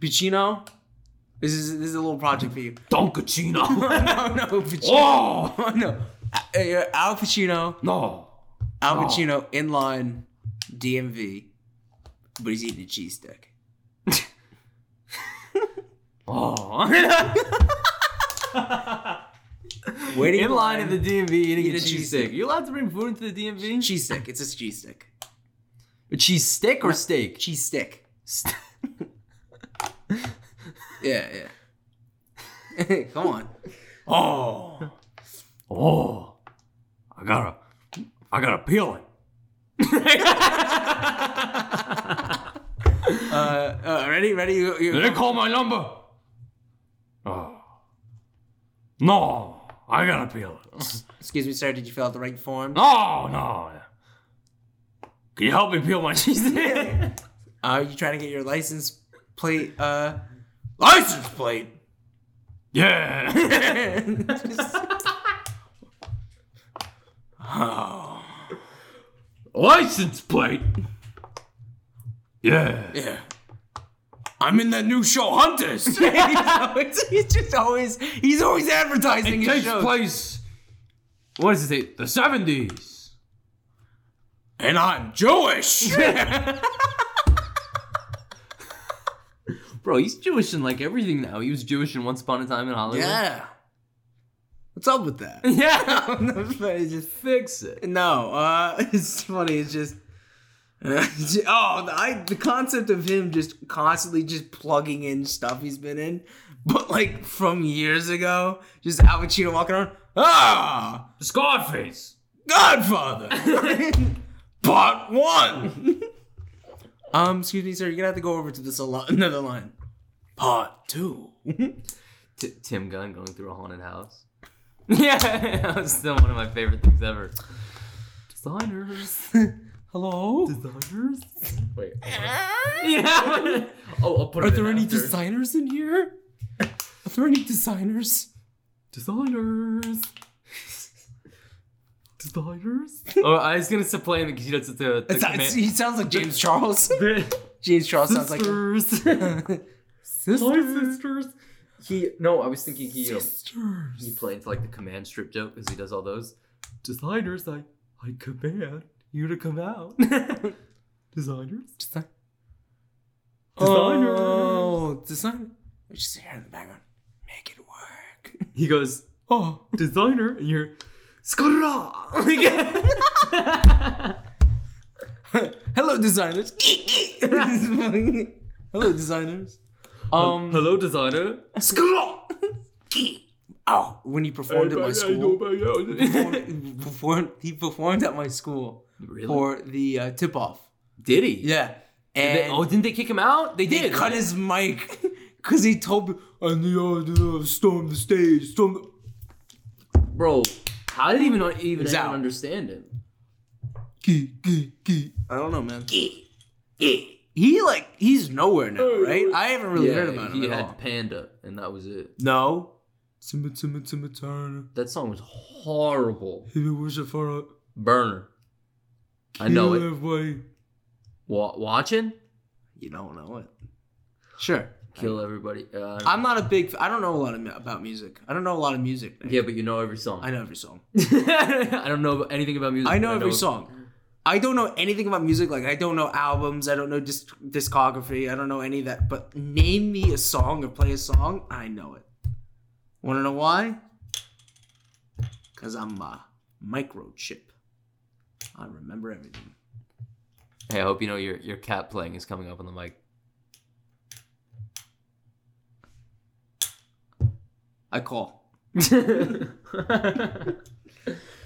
S1: Pacino. This is this is a little project for you. *laughs*
S2: *laughs* Donkachino.
S1: no, no, Pacino. *laughs*
S2: oh
S1: no, Uh, Al Pacino.
S2: no!
S1: Al
S2: Oh.
S1: Pacino in line, DMV, but he's eating a cheese stick.
S2: Oh.
S1: Waiting
S2: in line at the DMV eating
S1: Eat
S2: a
S1: a
S2: cheese
S1: cheese
S2: stick.
S1: stick.
S2: You allowed to bring food into the DMV?
S1: cheese stick. It's a cheese stick.
S2: A cheese stick or steak?
S1: Cheese
S2: *laughs*
S1: stick.
S2: St-
S1: Yeah, yeah. *laughs* Come on.
S2: oh. Oh. I gotta. I gotta peel *laughs* it.
S1: Uh, uh ready, ready. You, you-
S2: call my number? Oh. No. I gotta peel it.
S1: Excuse me, sir. Did you fill out the right form?
S2: No, no. Can you help me peel my *laughs* cheese?
S1: Are Uh, you trying to get your license plate? Uh, license *laughs* plate. *laughs*
S2: yeah. License plate. Yeah.
S1: yeah.
S2: I'm in that new show, *laughs* Hunters.
S1: he's, always, he's just always he's always advertising his
S2: It takes
S1: shows.
S2: place. What does it say? The seventies.
S1: and I'm Jewish.
S2: Bro, he's Jewish in like everything now. He was Jewish in Once Upon a Time in Hollywood.
S1: yeah. What's up with that?
S2: *laughs* Yeah. *laughs*
S1: it's just
S2: Fix it.
S1: no. Uh, *laughs* it's funny. It's just. *laughs* oh, I the concept of him just constantly just plugging in stuff he's been in, but like from years ago, just Al Pacino walking around. Ah,
S2: Scarface.
S1: Godfather. *laughs* Part *laughs* one. um, excuse me, sir. You're gonna have to go over to this a lot another line. Part two.
S2: T- Tim Gunn going through a
S1: *laughs*
S2: haunted house. yeah, that was still one of my favorite things ever. Designers.
S1: Hello?
S2: Designers? Wait. yeah. Oh, I'll put
S1: Are
S2: it in
S1: there any
S2: after.
S1: designers in here? Are there any designers?
S2: Designers. Designers. Oh, I was gonna play him because he does the the
S1: It's, it's, he sounds like James Charles. *laughs*
S2: command.
S1: James Charles sounds like *laughs*
S2: Sisters. *laughs* My
S1: sisters.
S2: sisters. He no, I was thinking he um, he
S1: Sisters.
S2: played like the command strip joke because he does all those. Designers, I I command you to come *laughs* out. Designers.
S1: Design-
S2: Designers.
S1: Oh, design. I just hear in the background. Make it work.
S2: He goes
S1: Oh,
S2: designer, and you're Skrrra!
S1: *laughs* hello designers. hello designers. Um,
S2: *laughs* Hello, designer.
S1: *laughs* oh, when he performed at my *laughs* school, performed, performed he performed at my school
S2: *laughs* Really?
S1: for the uh, tip off.
S2: Did he?
S1: Yeah, and
S2: They- oh, didn't they kick him out? They
S1: They
S2: did.
S1: cut his mic *laughs* because he told me, and the other storm the stage, storm. The-.
S2: Bro, how did even even
S1: He's out.
S2: anyone understand him?
S1: Gee, gee, gee. I don't know, man. He like he's nowhere now, right? I haven't really heard about him
S2: he
S1: at
S2: had
S1: all.
S2: Panda, and that was it.
S1: No. Timba timba timba turn.
S2: That song was horrible.
S1: If it was a far
S2: Burner. I know it.
S1: Way.
S2: Wa- watching?
S1: You don't know it. Sure.
S2: Kill everybody. Uh,
S1: I'm not a big. I don't know a lot of, mu- about music. I don't know a lot of music. Nick.
S2: yeah, but you know every song.
S1: I know every song.
S2: *laughs* I don't know anything about music.
S1: I
S2: but
S1: know every song. I don't know anything about music. Like I don't know albums. I don't know disc- discography. I don't know any of that. But name me a song or play a song, I know it. Want to know why? Cause I'm a microchip. I remember everything.
S2: Hey, I hope you know your your cat playing is coming up on
S1: *laughs*
S2: the mic.
S1: I call.
S2: We're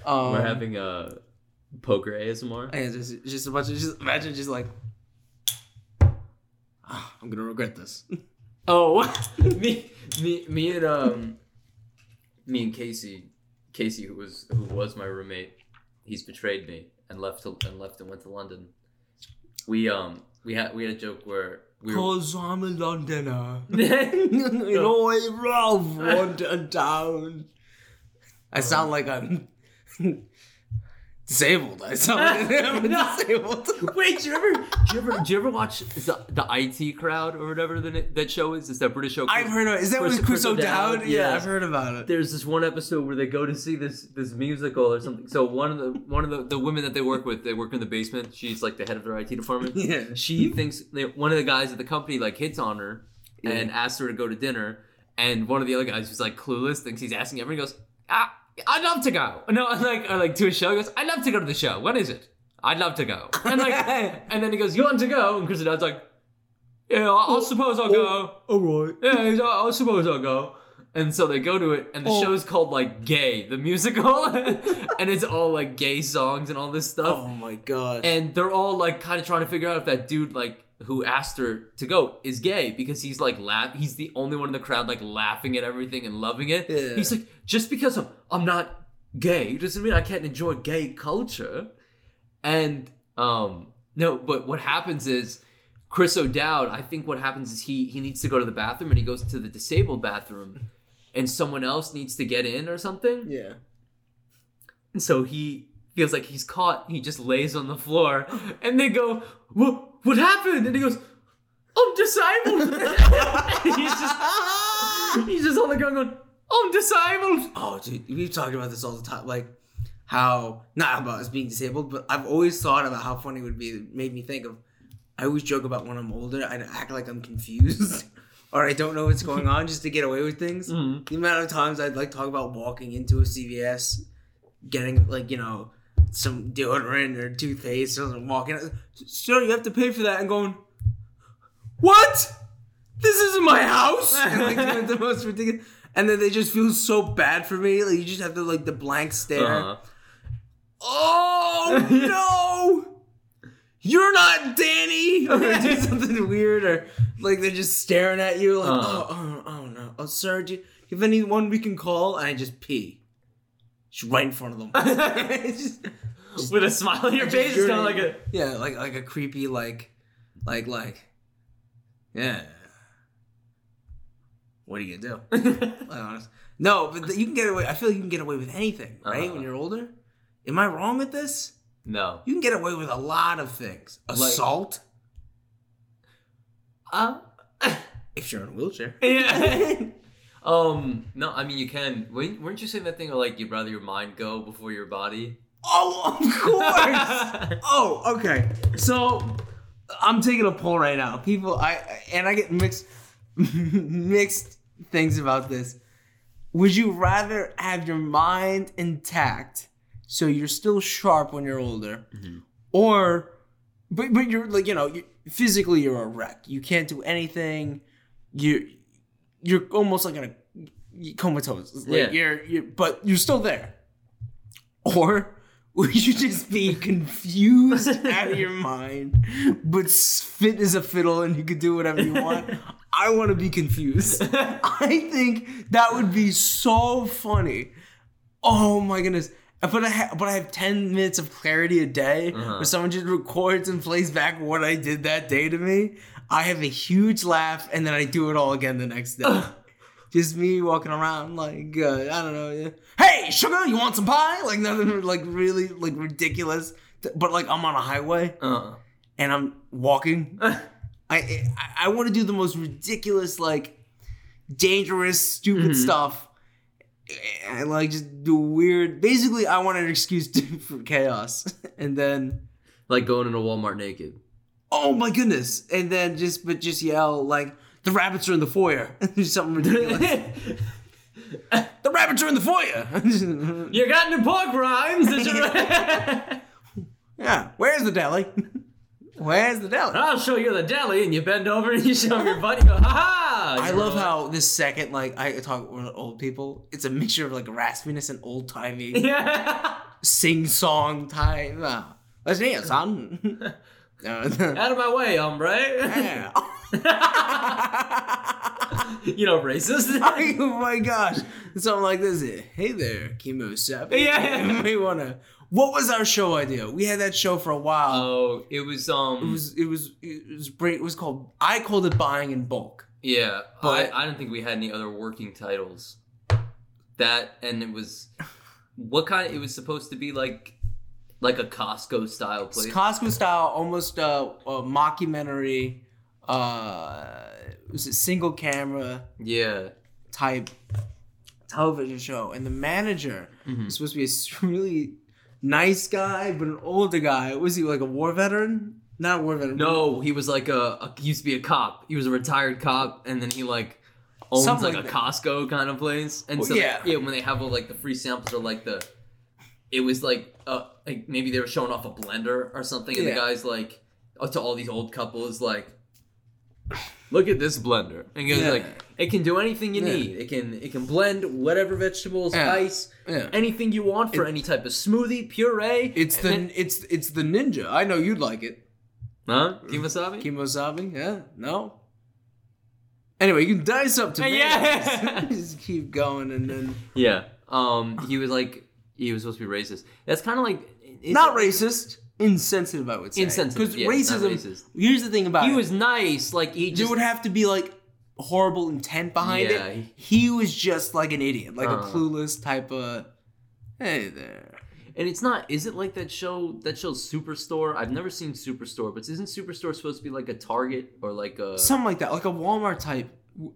S1: Um,
S2: having a poker ASMR.
S1: yeah, just just a bunch of just imagine just like. *sighs* "Ah, I'm gonna regret this.
S2: Oh, *laughs* me, me, me, and um, me and Casey, Casey, who was who was my roommate, he's betrayed me and left to, and left and went to London. We um we had we had a joke where we *laughs* were.
S1: Cause I'm a Londoner.
S2: no,
S1: it always rough one down. I sound like I'm *laughs* disabled. I sound like I'm disabled.
S2: *laughs* Wait, do you ever, do you ever, do you ever watch the, the IT Crowd or whatever the, na- that show is? It's that British show.
S1: I've heard of it. Is that with
S2: Chris
S1: Chris O'Dowd?
S2: O'Dowd,
S1: Yeah,
S2: yeah.
S1: I've heard about it.
S2: there's this one episode where they go to see this this musical or something. So one of the one of the, the women that they work with, they work in the basement. She's like the head of their IT department.
S1: Yeah.
S2: She thinks they, one of the guys at the company like hits on her and asks her to go to dinner. And one of the other guys who's like clueless thinks he's asking everyone. Goes, ah, I'd love to go. *laughs* No, like or like to a show. He goes, I'd love to go to the show. What is it? I'd love to go. And like, and then he goes, you want to go? And Chris O'Dowd's like, yeah, I, I suppose I'll go
S1: All right.
S2: yeah, he's, I, I suppose I'll go. And so they go to it, and the
S1: Oh.
S2: show's called like Gay, the musical, *laughs* and it's all like gay songs and all this stuff.
S1: Oh my god.
S2: And they're all like kind of trying to figure out if that dude like who asked her to go is gay because he's like laugh. He's the only one in the crowd like laughing at everything and loving it.
S1: Yeah.
S2: He's like, just because I'm I'm not gay doesn't mean I can't enjoy gay culture. And um no, but what happens is Chris O'Dowd, I think what happens is he he needs to go to the bathroom and he goes to the disabled bathroom and someone else needs to get in or something.
S1: yeah.
S2: And so he feels like he's caught. He just lays on the floor and they go, "What what happened?" And he goes, "I'm disabled." *laughs* And he's just he's just on the ground going, "I'm disabled."
S1: Oh, dude, we've talked about this all the time. Like, how not about us being disabled, but I've always thought about how funny it would be. It made me think of. I always joke about when I'm older, I act like I'm confused *laughs* or I don't know what's going on just to get away with things. The amount of times I'd like talk about walking into a CVS, getting like you know some deodorant or toothpaste, or something, walking. out, Sure, you have to pay for that, and going, what? This isn't my house. And, like, doing the *laughs* most ridiculous. And then they just feel so bad for me. Like you just have to like the blank stare.
S2: Uh-huh.
S1: Oh no! "You're not Danny," *laughs* or do something weird, or like they're just staring at you, like,
S2: Uh.
S1: "Oh, oh, oh no, oh sir, do you have anyone we can call?" And I just pee, just right in front of them. It's just-
S2: *laughs* With a smile on your face, it's kind of like a.
S1: yeah, like like a creepy like, like like, yeah. What are you gonna do?
S2: *laughs*
S1: Like, honest- No, but th- you can get away. I feel you can get away with anything, right?
S2: Uh-huh.
S1: When you're older, am I wrong with this?
S2: no.
S1: You can get away with a lot of things. Assault
S2: Uh,
S1: if you're in a wheelchair.
S2: yeah. *laughs* um, no, I mean, you can. Weren't weren't you saying that thing of like, you'd rather your mind go before your *laughs* body? Uh-uh.
S1: Oh, of *laughs* course. oh, okay. So I'm taking a poll right now. People, I- I and I get mixed *laughs* mixed things about this. Would you rather have your mind intact so you're still sharp when you're older, or but but you're like you know you, physically you're a wreck. You can't do anything. You you're almost like in a comatose. Like
S2: Yeah.
S1: You're you but you're still there. Or would you just be confused out of your mind, but s- fit as a fiddle and you could do whatever you want? I want to be confused. *laughs* I think that would be so funny. Oh my goodness. But I, ha- but I have 10 minutes of clarity a day where someone just records and plays back what I did that day to me. I have a huge laugh and then I do it all again the next
S2: *laughs*
S1: day. just me walking around like, uh, I don't know. yeah. Hey, sugar, you want some pie? Like nothing like really like ridiculous. But like I'm on a highway
S2: Uh.
S1: and I'm walking. I I, I want to do the most ridiculous, like dangerous, stupid stuff. I like just do weird. Basically, I want an excuse *laughs* to, for chaos, and then
S2: Like going into Walmart naked.
S1: oh my goodness, and then just but just yell like the rabbits are in the foyer, *laughs* something
S2: *laughs*
S1: ridiculous. the rabbits are in the foyer. *laughs*
S2: you got any pork rinds? Is it-
S1: yeah, where's the deli? *laughs* Where's the deli?
S2: *laughs* I'll show you the deli, and you bend over and you show your buddy. Go, ha ha!
S1: I
S2: You
S1: love
S2: know,
S1: how this second, like, I talk with old people. It's a mixture of like raspiness and old
S2: *laughs*
S1: timey
S2: *laughs* Yeah.
S1: sing song time. Uh, let's hear it,
S2: *laughs*
S1: son. Uh, *laughs*
S2: Out of my way, hombre.
S1: yeah.
S2: *laughs* you know,
S1: *laughs*
S2: racist.
S1: oh my gosh. Something like this. Hey there, Kimo Sapi. *laughs*
S2: Yeah.
S1: We wanna. What was our show idea? We had that show for a while.
S2: oh, it was um.
S1: it was it was it was great. It was called. I called it buying in bulk.
S2: Yeah,
S1: But-
S2: I, I don't think we had any other working titles. That and it was what kind? It was supposed to be like like a Costco style
S1: It's
S2: place.
S1: Costco style, almost uh, a mockumentary. Uh, it was a single camera
S2: yeah,
S1: type television show, and the manager
S2: Mm-hmm.
S1: was supposed to be a s- really nice guy, but an older guy. Was he like a war veteran? Not a war veteran.
S2: no, he was like a, a he used to be a cop. He was a retired cop, and then he like owns
S1: Something
S2: like,
S1: like
S2: a
S1: that.
S2: Costco kind of place. And
S1: Well,
S2: so
S1: yeah.
S2: yeah, when they have all like the free samples or like the, it was like uh like maybe they were showing off a blender or something, and
S1: Yeah.
S2: the guys like up to all these old couples like. Look at this blender. And it's
S1: Yeah.
S2: like, it can do anything you
S1: Yeah.
S2: need. It can it can blend whatever vegetables,
S1: Yeah.
S2: ice,
S1: Yeah.
S2: anything you want for any type of smoothie, puree.
S1: It's
S2: and
S1: the
S2: then-
S1: it's it's the ninja. I know you'd like it.
S2: huh? Kimasabi?
S1: Kimosabi? Yeah. No. Anyway, you can dice up to me.
S2: *laughs* Yeah.
S1: *laughs* Just keep going, and then
S2: yeah. Um. He was like he was supposed to be racist. That's kind of like it's-
S1: not racist, insensitive. I would say
S2: Insensitive, yeah, not
S1: racism.
S2: racist.
S1: Here's the thing about
S2: He
S1: it.
S2: was nice. Like he
S1: there
S2: just
S1: would have to be like horrible intent behind
S2: Yeah,
S1: it. He was just like an idiot, like a
S2: Uh.
S1: clueless type of. Hey there.
S2: and it's not. Is it like that show? That show Superstore. I've never seen Superstore, but isn't Superstore supposed to be like a Target or like a?
S1: Something like that, like a Walmart type.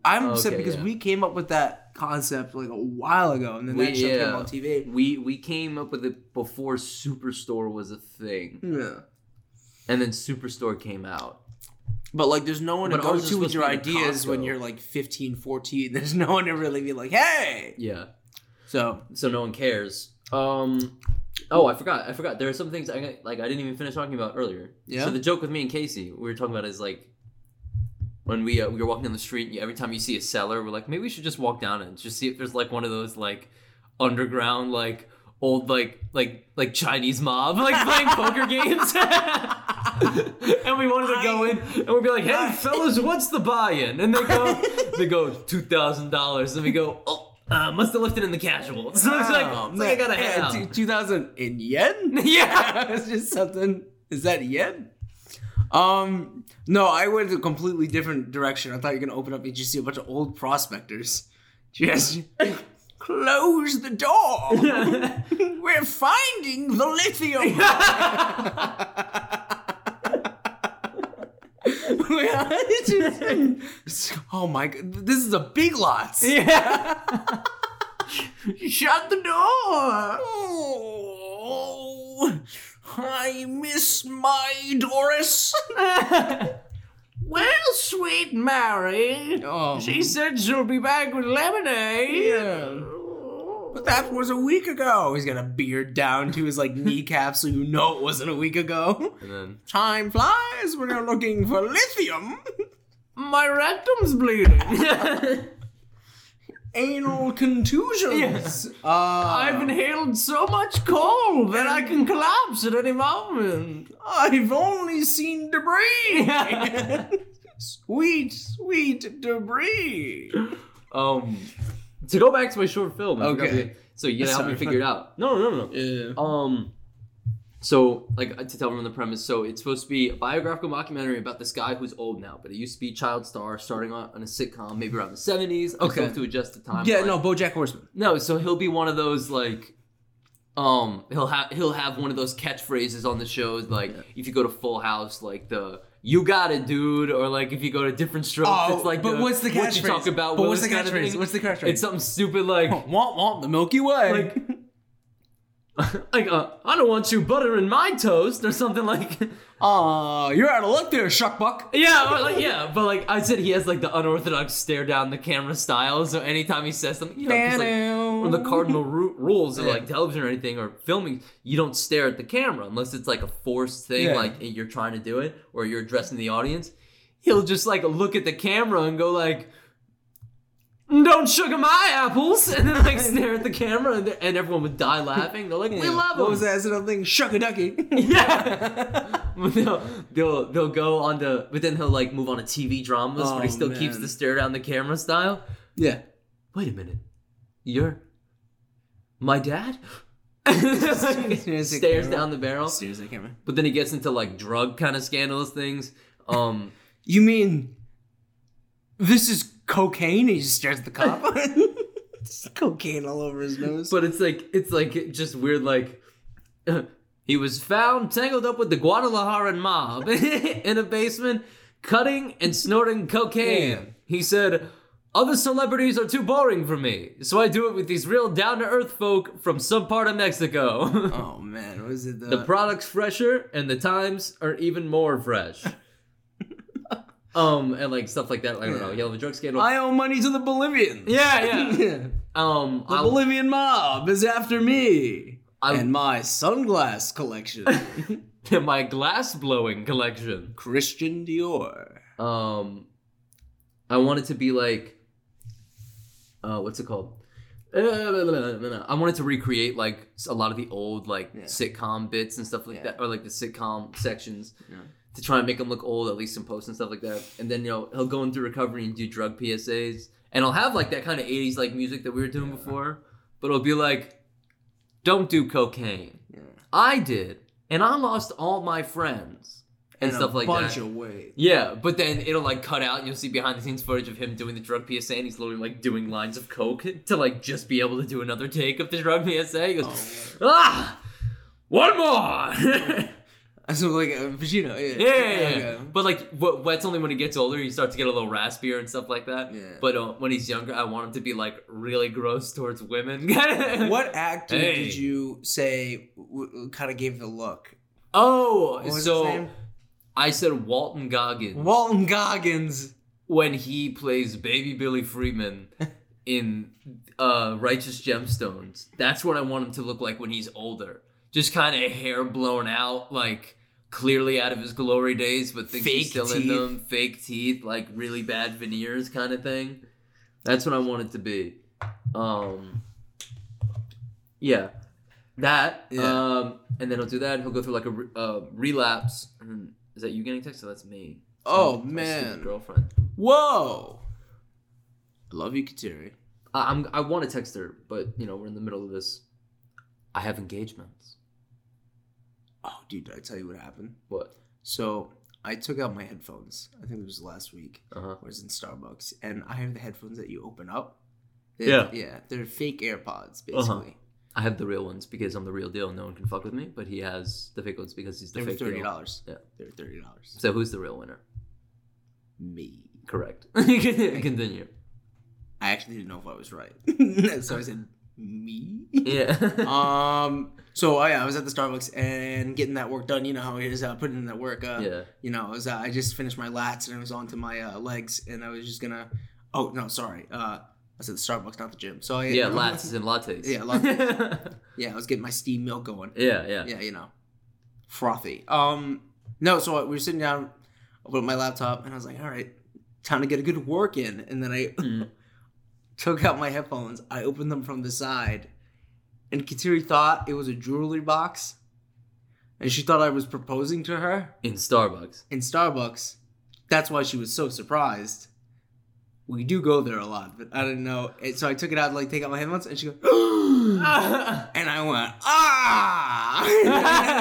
S1: I'm upset
S2: Uh. Oh, Okay,
S1: because
S2: yeah.
S1: we came up with that concept like a while ago, and then
S2: We-
S1: that show came
S2: yeah.
S1: on TV.
S2: we we came up with it before Superstore was a thing,
S1: Yeah.
S2: and then Superstore came out.
S1: But like, there's no one to
S2: But
S1: go
S2: ours is
S1: to with
S2: supposed
S1: your
S2: to be the
S1: ideas when
S2: Costco.
S1: you're like 15, 14. *laughs* There's no one to really be like, hey.
S2: Yeah.
S1: So
S2: so no one cares. Um, oh, I forgot. I forgot. There are some things I like. I didn't even finish talking about earlier.
S1: Yeah?
S2: So the joke with me and Casey we were talking about is like when we uh, we were walking down the street. And you- every time you see a cellar, we're like, maybe we should just walk down and just see if there's like one of those like underground like *laughs*
S1: *laughs*
S2: old like like like Chinese mob like playing poker games. we wanted to go in and we'd be like, hey, fellas, what's the buy-in? And
S1: *laughs*
S2: they go, they go two thousand dollars, and we go, oh, uh, must have left it in the casual. So it's like,
S1: Oh,
S2: it's like I got a hand. out.
S1: Two thousand in yen.
S2: *laughs*
S1: *laughs*
S2: Yeah.
S1: it's just something. Is that yen? Um, no, I went a completely different direction. I thought you were gonna open up and just see a bunch of old prospectors.
S2: *laughs*
S1: Just close the door.
S2: *laughs*
S1: We're finding the lithium. *laughs* *laughs* oh my god, this is a big
S2: *laughs*
S1: lots.
S2: yeah.
S1: Shut the door. Oh, I miss my Doris. well, *laughs* sweet Mary, she said she'll be back with lemonade. But that was a week ago. Oh, He's got a beard down to his *laughs* like kneecap, so you know it wasn't a week ago.
S2: And then
S1: Time flies when you're looking for lithium. My rectum's
S2: *laughs*
S1: bleeding. Anal contusions. Uh, I've inhaled so much coal that I can collapse at any
S2: *laughs*
S1: moment. I've only seen debris. sweet, sweet debris.
S2: um to go back to my short film. I forgot
S1: Okay.
S2: to- So you gotta help me
S1: Sorry.
S2: figure it out. *laughs* No, no, no.
S1: Yeah.
S2: Um, so like to tell everyone the premise. So it's supposed to be a biographical mockumentary about this guy who's old now, but it used to be child star starting on, on a sitcom, maybe around the seventies.
S1: Okay.
S2: to adjust the time.
S1: Yeah, no, BoJack Horseman.
S2: no. So he'll be one of those like, um, he'll have he'll have one of those catchphrases on the shows. Like if you go to Full House, like the. You got it, dude. Or like if you go to different strokes, it's like.
S1: Oh, but what's the catchphrase?
S2: What you talk about?
S1: But
S2: what
S1: what's the
S2: this kind of
S1: catchphrase?
S2: thing.
S1: What's the catchphrase?
S2: It's something stupid like *laughs*
S1: Womp womp the Milky Way. *laughs*
S2: like like uh, I don't want you butter in my toast or something like
S1: Aw, Uh, you're out of luck there, *laughs* Shuckbuck.
S2: yeah or like yeah but like I said he has like the unorthodox stare down the camera style so anytime he says something you know 'cause, like, one of the cardinal ru- rules of like television or anything or filming you don't stare at the camera unless it's like a forced thing
S1: Yeah.
S2: like you're trying to do it or you're addressing the audience he'll just like look at the camera and go like don't sugar my apples and then like *laughs* stare at the camera and, and everyone would die laughing they're like we love him
S1: What was that sort of thing? Shuck a ducky.
S2: yeah. *laughs* they'll, they'll they'll go on to but then he'll like move on to TV dramas, but he
S1: Oh,
S2: still keeps
S1: man.
S2: the stare down the camera style.
S1: *laughs* yeah.
S2: Wait a minute. You're
S1: *laughs*
S2: my dad? *laughs*
S1: Stares at
S2: stares
S1: camera.
S2: down the
S1: *laughs*
S2: barrel.
S1: Seriously, camera.
S2: But then he gets into like drug kind of scandalous things. Um
S1: You mean this is cocaine? He just stares at the cop. *laughs* Just cocaine all over his nose.
S2: but it's like it's like just weird like *laughs* he was found tangled up with the Guadalajara mob *laughs* in a basement cutting and snorting cocaine.
S1: Yeah.
S2: He said other celebrities are too boring for me, so I do it with these real down to earth folk from some part of Mexico.
S1: *laughs*
S2: *laughs*
S1: oh man, was it the,
S2: the product's fresher and the times are even
S1: *laughs*
S2: more fresh. um, and like stuff like that. Like, I don't know.
S1: Yeah.
S2: Yellow drug scandal.
S1: I owe money to the Bolivians. *laughs*
S2: yeah, yeah.
S1: Yeah.
S2: Um,
S1: The
S2: I-
S1: Bolivian mob is after me
S2: I-
S1: and my sunglass *laughs* collection,
S2: *laughs* my glass blowing collection.
S1: Christian Dior.
S2: um i want it to be like uh what's it called *laughs* Uh, i wanted to recreate like a lot of the old like
S1: Yeah.
S2: sitcom bits and stuff like
S1: Yeah.
S2: that or like the sitcom sections
S1: Yeah.
S2: to try and make him look old at least in post and stuff like that and then you know he'll go into recovery and do drug psas and i'll have like that kind of 80s like music that we were doing before but it'll be like don't do cocaine
S1: Yeah.
S2: i did and i lost all my friends and
S1: In
S2: stuff
S1: a
S2: like
S1: bunch
S2: that
S1: of ways.
S2: yeah, but then it'll like cut out. and You'll see behind the scenes footage of him doing the drug PSA, and he's literally like doing lines of coke to like just be able to do another take of the drug PSA. He goes,
S1: Oh,
S2: ah, one *laughs* more.
S1: *laughs* So like uh, Vegeta. Yeah,
S2: yeah, yeah, yeah.
S1: Okay.
S2: but like what, that's only when he gets older. He starts to get a little raspier and stuff like that.
S1: Yeah.
S2: But uh, when he's younger, I want him to be like really gross towards women. *laughs*
S1: What actor
S2: Hey.
S1: did you say w- kind of gave the look?
S2: Oh,
S1: What was his
S2: so
S1: name?
S2: I said Walton Goggins.
S1: Walton Goggins.
S2: when he plays baby Billy
S1: *laughs*
S2: Freeman in uh, Righteous Gemstones. That's what I want him to look like when he's older. Just kind of hair blown out, like clearly out of his glory days, but thinks
S1: Fake
S2: he's still in
S1: teeth.
S2: them. Fake teeth, like really bad veneers, kind of thing. That's what I want it to be. Um, yeah, that.
S1: Yeah.
S2: Um, and then he'll do that. He'll go through like a re- uh, relapse. And Is that you getting texted? That's me.
S1: Oh,
S2: My stupid
S1: man.
S2: girlfriend.
S1: Whoa. I love you, Kateri.
S2: I, I'm I want to text her, but you know we're in the middle of this. I have engagements.
S1: Oh, dude, did I tell you what happened?
S2: What?
S1: So I took out my headphones. I think it was last week.
S2: Uh huh.
S1: I was in Starbucks, and I have the headphones that you open up. They-
S2: Yeah.
S1: yeah, they're fake AirPods, basically.
S2: Uh-huh. I have the real ones because I'm the real deal. and No one can fuck with me. But he has the fake ones because he's the
S1: They were
S2: fake deal.
S1: thirty dollars.
S2: Yeah.
S1: they were thirty dollars.
S2: So who's the real winner?
S1: Me.
S2: Correct. *laughs* Continue.
S1: I actually didn't know if I was
S2: *laughs*
S1: right, *laughs* so I said me.
S2: Yeah.
S1: um. So I, I was at the Starbucks and getting that work done. You know how it is. Uh, putting in that work. Uh,
S2: *laughs* yeah.
S1: You know, I was uh, I just finished my lats and I was onto my uh, legs and I was just gonna. Oh no, sorry. Uh, I said the Starbucks, not the gym. So I
S2: Yeah, lats and lattes.
S1: Yeah,
S2: lattes.
S1: *laughs* Yeah, I was getting my steam milk going.
S2: *laughs* yeah, yeah.
S1: yeah, you know, frothy. Um, no, so we were sitting down, I put up my laptop, and I was like, all right, time to get a good work in. And then I
S2: Mm.
S1: took out my headphones, I opened them from the side, and Kateri thought it was a jewelry box, and she thought I was proposing to her
S2: In Starbucks.
S1: in Starbucks. That's why she was so surprised. We do go there a lot, but I didn't know. And so I took it out, to, like take out my headphones, and she goes, *gasps* And I went, ah!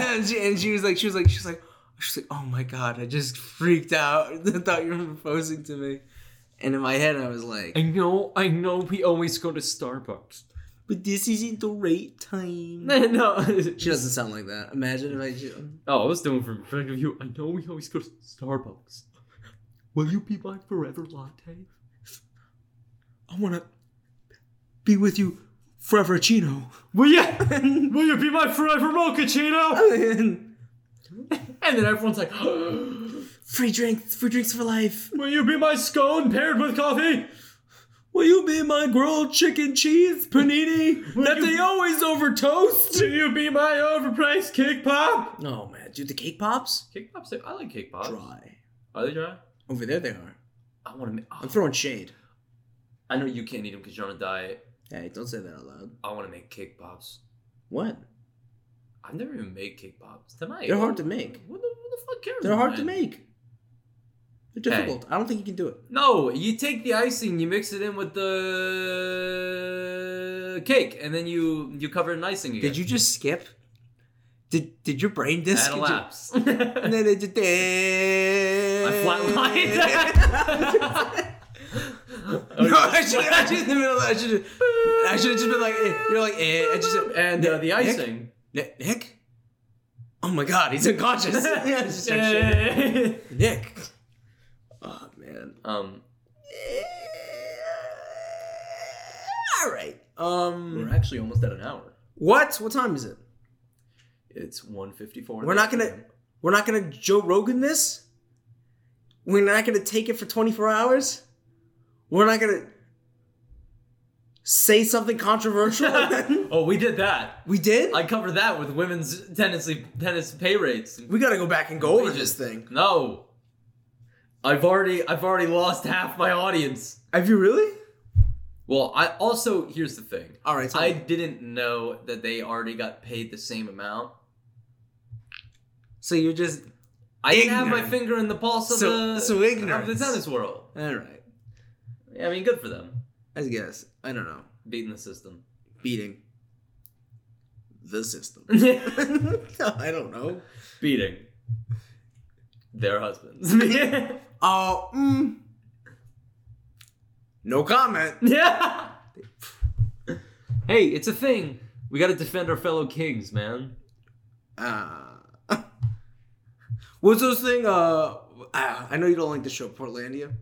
S1: *laughs* and, she, and she was like, she was like, she was like, she's like, oh my god, I just freaked out. *laughs* I thought you were proposing to me. And in my head, I was like,
S2: know, I know. We always go to Starbucks.
S1: but this isn't the right time.
S2: *laughs* no.
S1: She
S2: *laughs*
S1: doesn't sound like that. Imagine if I. She,
S2: Oh, I was doing from in front of you. I know we always go to Starbucks. Will you be my forever latte?
S1: I want to be with you forever, Chino.
S2: Will
S1: *laughs*
S2: you? Will you be my forever mochaccino? And then everyone's like, *gasps* Will
S1: free drinks, free drinks for life.
S2: you be my scone paired with coffee?
S1: Will you be my grilled chicken cheese panini
S2: Will
S1: that
S2: you-
S1: they always over toast?
S2: Will you be my overpriced cake pop?
S1: No man, dude, the cake pops
S2: Cake pops? I like cake pops.
S1: dry.
S2: Are they dry?
S1: Over there, they are.
S2: I want to make.
S1: I'm throwing shade.
S2: I know you can't eat them because you're on a diet.
S1: Hey, don't say that out loud.
S2: I want to make cake pops.
S1: What?
S2: I've never even made cake pops. Tonight.
S1: They're hard to make.
S2: What the, what the fuck cares?
S1: They're hard to
S2: man?
S1: make. They're
S2: Hey.
S1: difficult. I don't think you can do it.
S2: No, you take the icing, you mix it in with the cake, and then you you cover it in icing again.
S1: Did you just skip? Did Did your brain disc?
S2: Add a
S1: did
S2: lapse. *laughs*
S1: You...
S2: I
S1: I
S2: *laughs*
S1: *laughs* no,
S2: flatlined.
S1: I should I should in the middle. I should I should have just been like eh, you're like eh, I just
S2: and uh, the
S1: Nick?
S2: *laughs* icing.
S1: Nick, Nick. Oh my God, he's
S2: *laughs*
S1: unconscious. Yeah, just start shaking.
S2: Eh.
S1: Nick. Oh man.
S2: um,
S1: All right. Um.
S2: we're actually almost at an hour.
S1: What? What time is it?
S2: It's 154.
S1: We're not gonna we're not gonna Joe Rogan this. We're not gonna take it for 24 hours. We're not gonna say something controversial.
S2: *laughs* oh, we did that.
S1: we did.
S2: I covered that with women's tenancy tennis pay rates.
S1: we gotta go back and go over this thing.
S2: No. I've already I've already lost half my audience.
S1: Have you really?
S2: Well, I also here's the thing.
S1: All right. tell
S2: I
S1: me.
S2: didn't know that they already got paid the same amount.
S1: So you're just
S2: I didn't have my
S1: Ignorant.
S2: finger in the pulse of
S1: So-
S2: the
S1: so
S2: of the
S1: ignorance.
S2: tennis world.
S1: all right.
S2: Yeah, I mean, good for them
S1: I guess I don't know.
S2: beating the
S1: *laughs*
S2: system.
S1: Beating the *laughs* system. I don't know.
S2: beating
S1: *laughs*
S2: their husbands. *laughs*
S1: Oh. mm. No comment.
S2: yeah. Hey, it's a thing. We got to defend our fellow kings, man.
S1: Uh, *laughs* what's those thing? Uh, I, I know you don't like the show Portlandia,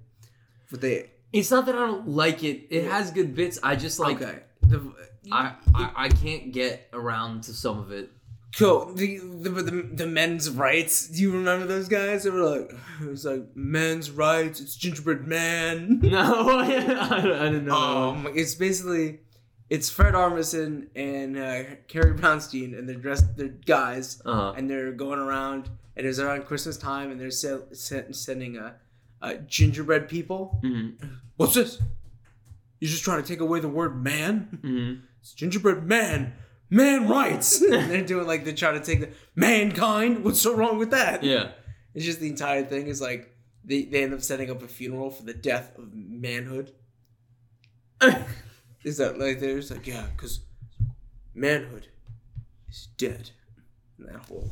S1: but they
S2: It's not that I don't like it. It has good bits. I just like
S1: okay. The,
S2: I, I I can't get around to some of it.
S1: so the, the the the men's rights. Do you remember those guys? They were like, it was like men's rights. It's gingerbread man.
S2: *laughs*
S1: *laughs*
S2: No, I, didn't know.
S1: Um, it's basically it's Fred Armisen and uh, Carrie Brownstein, and they're dressed. They're guys,
S2: uh,
S1: and they're going around. And it was around Christmas time, and they're se- se- sending uh, uh, gingerbread people.
S2: mm-hmm,
S1: What's this? You're just trying to take away the word man?
S2: mm-hmm.
S1: It's gingerbread man.
S2: *laughs*
S1: Man rights. and they're doing like they're trying to take the mankind. What's so wrong with that?
S2: Yeah,
S1: It's just the entire thing is like they, they end up setting up a funeral for the death of
S2: *laughs*
S1: manhood. is that like they're just like yeah, because manhood is dead. And that whole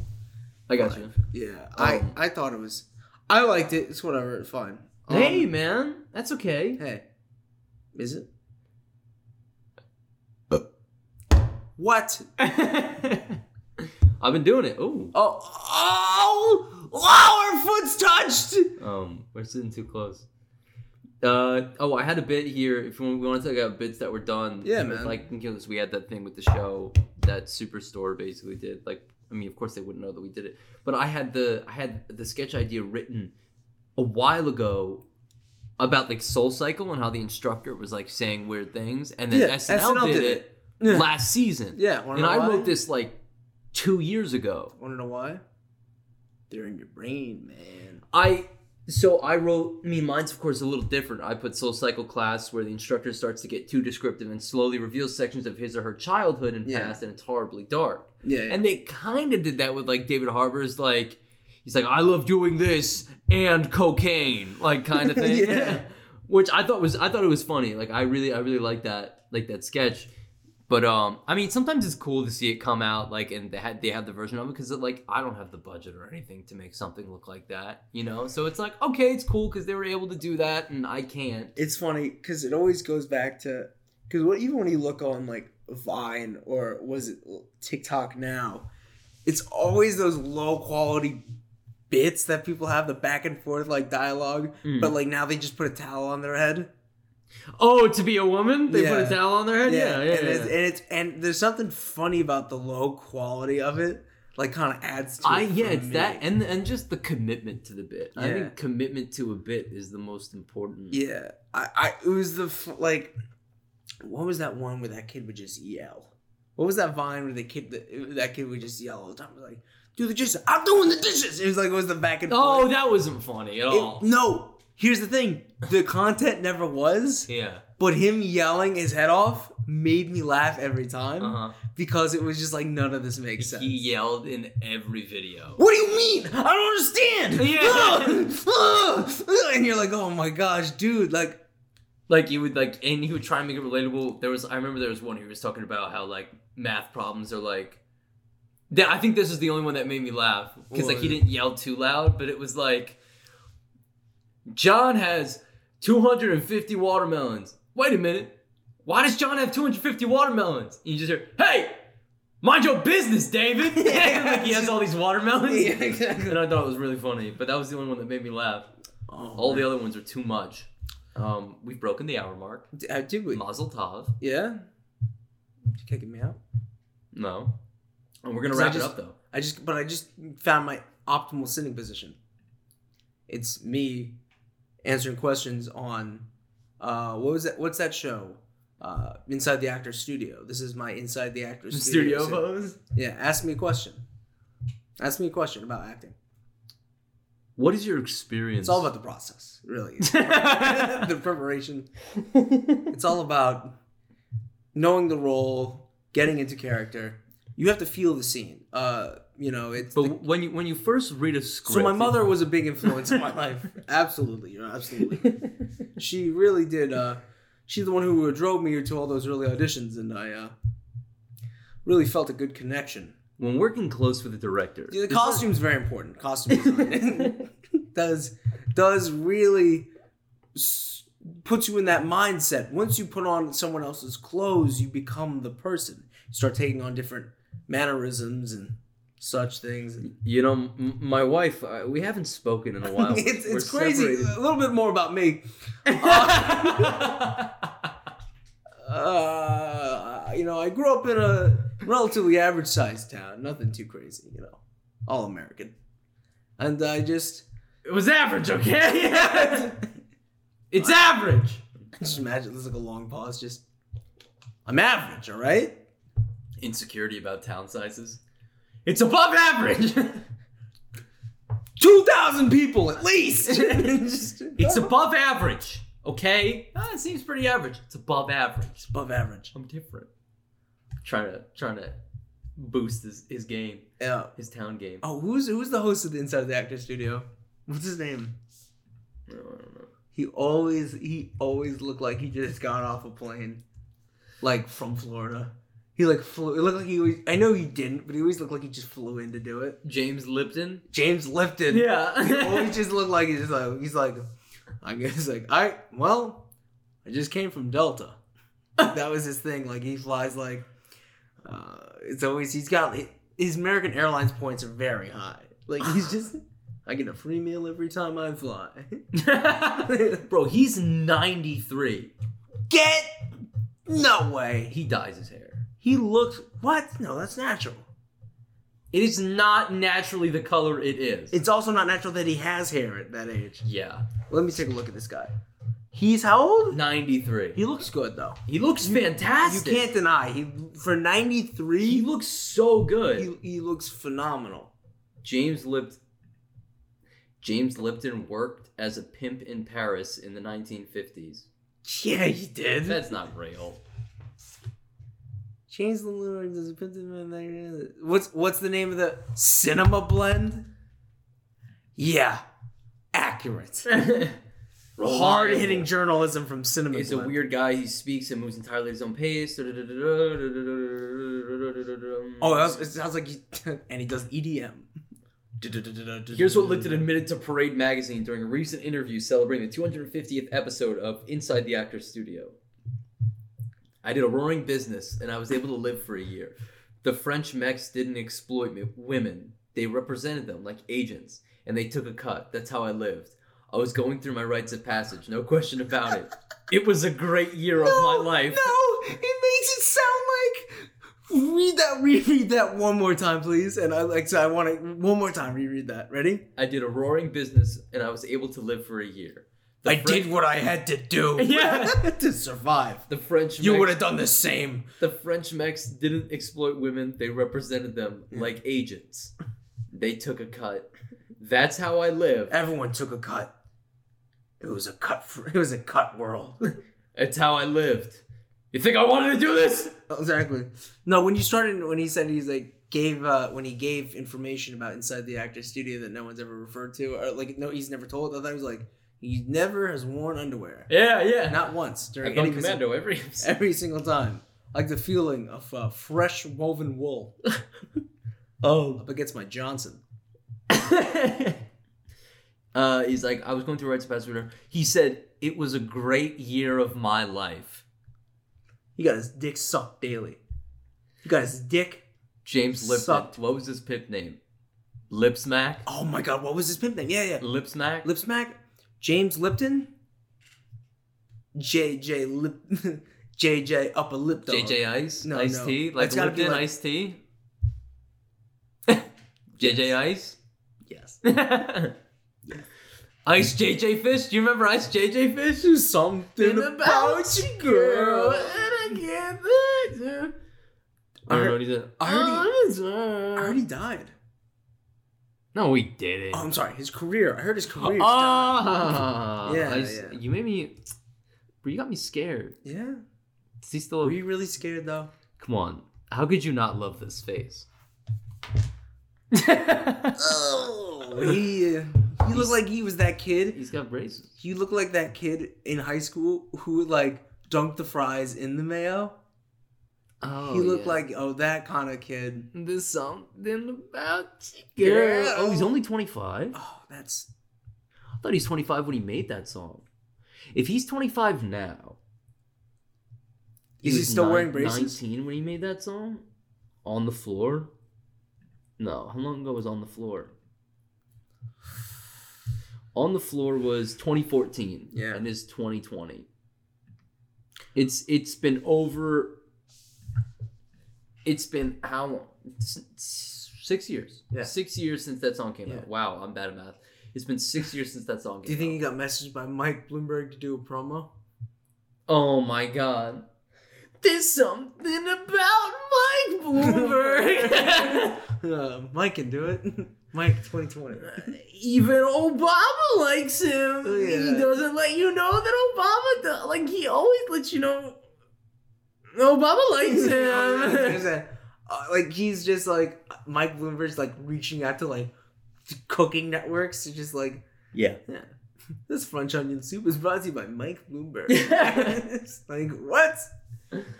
S2: I got you.
S1: yeah, I
S2: Um.
S1: I thought it was, I liked it. It's whatever, it's fine. Um,
S2: Hey, man, that's okay.
S1: hey, is it?
S2: Uh.
S1: What?
S2: *laughs* I've been doing it. Ooh.
S1: Oh, oh, oh, our foot's touched.
S2: Um, we're sitting too close. Uh oh, I had a bit here. If you want, we want to talk about bits that were done.
S1: Yeah,
S2: with,
S1: man.
S2: Like because we had that thing with the show that Superstore basically did. Like, I mean, of course they wouldn't know that we did it, but I had the I had the sketch idea written a while ago about like Soul Cycle and how the instructor was like saying weird things, and then
S1: Yeah,
S2: SNL, did, it,
S1: Yeah.
S2: last season.
S1: Yeah, wanna
S2: and
S1: know
S2: I
S1: why?
S2: wrote this like two years ago.
S1: Want to know why? They're in your brain, man.
S2: I so I wrote. I mean, mine's of course a little different. I put Soul Cycle class where the instructor starts to get too descriptive and slowly reveals sections of his or her childhood and
S1: Yeah.
S2: past, and it's horribly dark.
S1: Yeah, yeah.
S2: And they kind of did that with like David Harbour's like he's like I love doing this and cocaine like kind of thing.
S1: *laughs* Yeah.
S2: Which I thought was I thought it was funny. Like I really I really like that like that sketch. But um I mean sometimes it's cool to see it come out like and they had they have the version of it cuz like I don't have the budget or anything to make something look like that, you know? So it's like okay, it's cool cuz they were able to do that and I can't.
S1: it's funny because it always goes back to because what even when you look on like Vine or was it TikTok now, it's always those low quality bits that people have the back and forth like dialogue,
S2: Mm.
S1: but like now they just put a towel on their head.
S2: Oh, to be a woman, they put
S1: Yeah.
S2: a towel on their head. Yeah, yeah, yeah.
S1: and, It's, and it's and there's something funny about the low quality of it, like kind of adds to.
S2: I
S1: it
S2: yeah,
S1: for
S2: it's
S1: me.
S2: that and and just the commitment to the bit. I
S1: Yeah.
S2: think commitment to a bit is the most important.
S1: Yeah, I, I it was the f- like, what was that one where that kid would just yell? What was that vine where the kid that, that kid would just yell all the time? It was like, do the dishes. I'm doing the dishes. It was like it was the back and
S2: Oh,
S1: forth.
S2: that wasn't funny at
S1: It-
S2: all.
S1: no. Here's the thing: the content never was,
S2: yeah.
S1: but him yelling his head off made me laugh every time
S2: Uh-huh.
S1: because it was just like none of this makes sense.
S2: He yelled in every video.
S1: What do you mean? I don't understand. *laughs*
S2: Yeah.
S1: and you're like, oh my gosh, dude! Like,
S2: Like you would like and he would try and make it relatable. There was I remember there was one he was talking about how like math problems are like that I think this is the only one that made me laugh. Because like he
S1: What?
S2: didn't yell too loud, but it was like John has 250 watermelons. Wait a minute. Why does John have 250 watermelons? And you just hear, hey, mind your business, David. *laughs* like he has all these
S1: *laughs*
S2: watermelons.
S1: Yeah, exactly.
S2: And I thought it was really funny, but that was the only one that made me laugh.
S1: oh,
S2: All the other ones are too much. Um, we've broken the hour mark.
S1: uh, did we?
S2: Mazel tov.
S1: Yeah. You kicking me out?
S2: No. And we're going to
S1: So I
S2: wrap
S1: just-
S2: it up, though.
S1: I just, but I just found my optimal sitting position. It's me answering questions on, uh, what was that? What's that show? Uh, Inside the Actor's Studio. This is my Inside the Actor's Studio.
S2: Studio
S1: sit-
S2: pose.
S1: Yeah. Ask me a question. Ask me a question about acting.
S2: What is your experience?
S1: It's all
S2: *laughs*
S1: about the process, *laughs* really. the preparation. It's all about knowing the role, getting into character. You have to feel the scene. Uh, you know, it's
S2: But
S1: the-
S2: when you when you first read a script,
S1: So my mother was a big influence in my life. Absolutely, you're absolutely. She really did. Uh, she's the one who drove me to all those early auditions, and I uh, really felt a good connection.
S2: *laughs* when working close with the director,
S1: Yeah, the costume's very important. Costume
S2: *laughs*
S1: design does does really s- puts you in that mindset. Once you put on someone else's clothes, you become the person. You start taking on different mannerisms and such things.
S2: you know, m- my wife, uh, we haven't spoken in a while.
S1: *laughs* It's,
S2: We're
S1: it's crazy. *laughs*
S2: separated. *laughs*
S1: A little bit more about me. uh, you know, I grew up in a relatively average sized town, nothing too crazy, you know, all American. And I just,
S2: it was average, *laughs* okay? it's average.
S1: I just imagine there's like a long pause, just, I'm average, all right?
S2: Insecurity about town sizes. It's above average. *laughs*
S1: 2,000 people at least! *laughs* Just- *laughs*
S2: it's above average, okay? Ah, it seems pretty average. It's above average.
S1: above average.
S2: I'm different. Trying to trying to boost his, his game,
S1: Yeah.
S2: his town game.
S1: Oh, who's who's the host of the Inside the Actor Studio? What's his name?
S2: No, I don't know.
S1: He always he always looked like he just got off a plane, like from Florida. He like flew. It looked like he was. I know he didn't, but he always looked like he just flew in to do it.
S2: James Lipton.
S1: James Lipton. He
S2: Yeah.
S1: always just looked like he's like he's like, I guess like I well, I just came from Delta. that was his thing. Like he flies like, uh, it's always he's got his American Airlines points are very high. Like he's just I get a free meal every time I fly.
S2: *laughs* Bro, he's 93.
S1: Get no way.
S2: He dyes his hair.
S1: He looks what? No, that's natural.
S2: It is not naturally the color it is.
S1: It's also not natural that he has hair at that age.
S2: yeah.
S1: Let me take a look at this guy. He's how old?
S2: 93.
S1: He looks good though.
S2: He looks
S1: You
S2: fantastic.
S1: can't deny he for ninety three.
S2: He looks so good.
S1: he, he looks phenomenal.
S2: James Lipt James Lipton worked as a pimp in Paris in the 1950s.
S1: Yeah, he did.
S2: That's not oh. real.
S1: James Lord is a pimp- What's what's the name of the cinema blend? Yeah, accurate. Hard hitting journalism from cinema.
S2: He's a
S1: Blend.
S2: weird guy. He speaks and moves entirely at his own pace.
S1: Oh, it, was- it sounds like he *laughs* and he does E EDM.
S2: Here's what
S1: Mm-hmm.
S2: Lipton admitted to Parade magazine during a recent interview celebrating the 250th episode of Inside the Actor's Studio. I did a roaring business and I was able to live for a year. The French mechs didn't exploit me, women. They represented them like agents and they took a cut. That's how I lived. I was going through my rites of passage, no question about it. It was a great year of my life.
S1: No, it makes it sound like. Read that, reread that one more time, please. And I like, so I want to one more time reread that. Ready?
S2: I did a roaring business and I was able to live for a year. The
S1: I
S2: French-
S1: did what I had to *laughs* do
S2: Yeah.
S1: to survive.
S2: The French
S1: You
S2: mechs-
S1: would have done the same.
S2: The French mechs didn't exploit women, they represented them like agents. They took a cut. That's how I live.
S1: Everyone took a cut. It was a cut. For, *laughs* it was a cut world. *laughs*
S2: That's how I lived. You think I wanted to do this?
S1: exactly. No, when you started, when he said he's like gave uh, when he gave information about inside the actor studio that no one's ever referred to, or like no, he's never told. I thought he was like he never has worn underwear,
S2: Yeah, yeah.
S1: not once
S2: I've
S1: during
S2: done
S1: any visi-
S2: commando every episode.
S1: every single time. Like the feeling of uh, fresh woven wool *laughs*
S2: Oh.
S1: up against my Johnson.
S2: *laughs* uh, he's like, I was going through rites of passage. He said, It was a great year of my life.
S1: He got his dick sucked daily. He got his dick.
S2: James Lipton.
S1: Sucked.
S2: What was his pimp name? Lipsmack?
S1: Oh my god, what was his pimp name? Yeah, yeah.
S2: Lipsmack?
S1: Lipsmack, James Lipton, JJ Lip, *laughs* JJ Upper Lip Dog.
S2: JJ Ice,
S1: No,
S2: Ice
S1: no.
S2: T, like
S1: That's gotta be
S2: Lipton
S1: like-
S2: Ice T. *laughs* JJ Ice,
S1: Yes. *laughs*
S2: Ice *laughs* JJ Fish. Do you remember Ice JJ Fish?
S1: Something about you, girl.
S2: I can't let you. I don't know what he did.
S1: I already- I
S2: already.
S1: heard he died.
S2: No, we didn't.
S1: Oh, I'm sorry. His career. I heard his career. died.
S2: Ah, *laughs*
S1: Yeah,
S2: Ice-
S1: yeah.
S2: You made me. Bro, you got me scared.
S1: Yeah.
S2: Is he still?
S1: Were you really scared though?
S2: Come on. How could you not love
S1: *laughs*
S2: this face?
S1: Oh. He. Uh, he looked like he was that kid.
S2: He's got braces.
S1: He looked like that kid in high school who would like dunk the fries in the mayo.
S2: Oh,
S1: he looked
S2: yeah.
S1: like oh that kind of kid.
S2: There's something about you,
S1: girl.
S2: Oh, he's only 25. I
S1: Oh, that's
S2: thought he's 25 when he made that song. If he's 25 now,
S1: Is he
S2: was
S1: still
S2: nine-
S1: wearing braces?
S2: 19 when he made that song. On the floor. No, how long ago was on the floor? On the floor was 2014.
S1: Yeah.
S2: and is 2020. It's it's been over. It's been how long? S- s- Six years.
S1: Yeah.
S2: Six years since that song came
S1: Yeah.
S2: out. Wow, I'm bad at math. It's been six years since that song came
S1: Do you think he
S2: out.
S1: got messaged by Mike Bloomberg to do a promo?
S2: oh my god. There's something about
S1: *laughs*
S2: Mike Bloomberg.
S1: Uh, Mike can do it. *laughs* Mike 2020. *laughs*
S2: Even Obama likes him.
S1: Oh, yeah.
S2: He doesn't let you know that Obama does. Like he always lets you know. Obama likes him.
S1: There's a- uh, like he's just like Mike Bloomberg's like reaching out to like cooking networks to just like
S5: Yeah.
S1: this French onion soup is brought to you by Mike Bloomberg. *laughs* It's like what?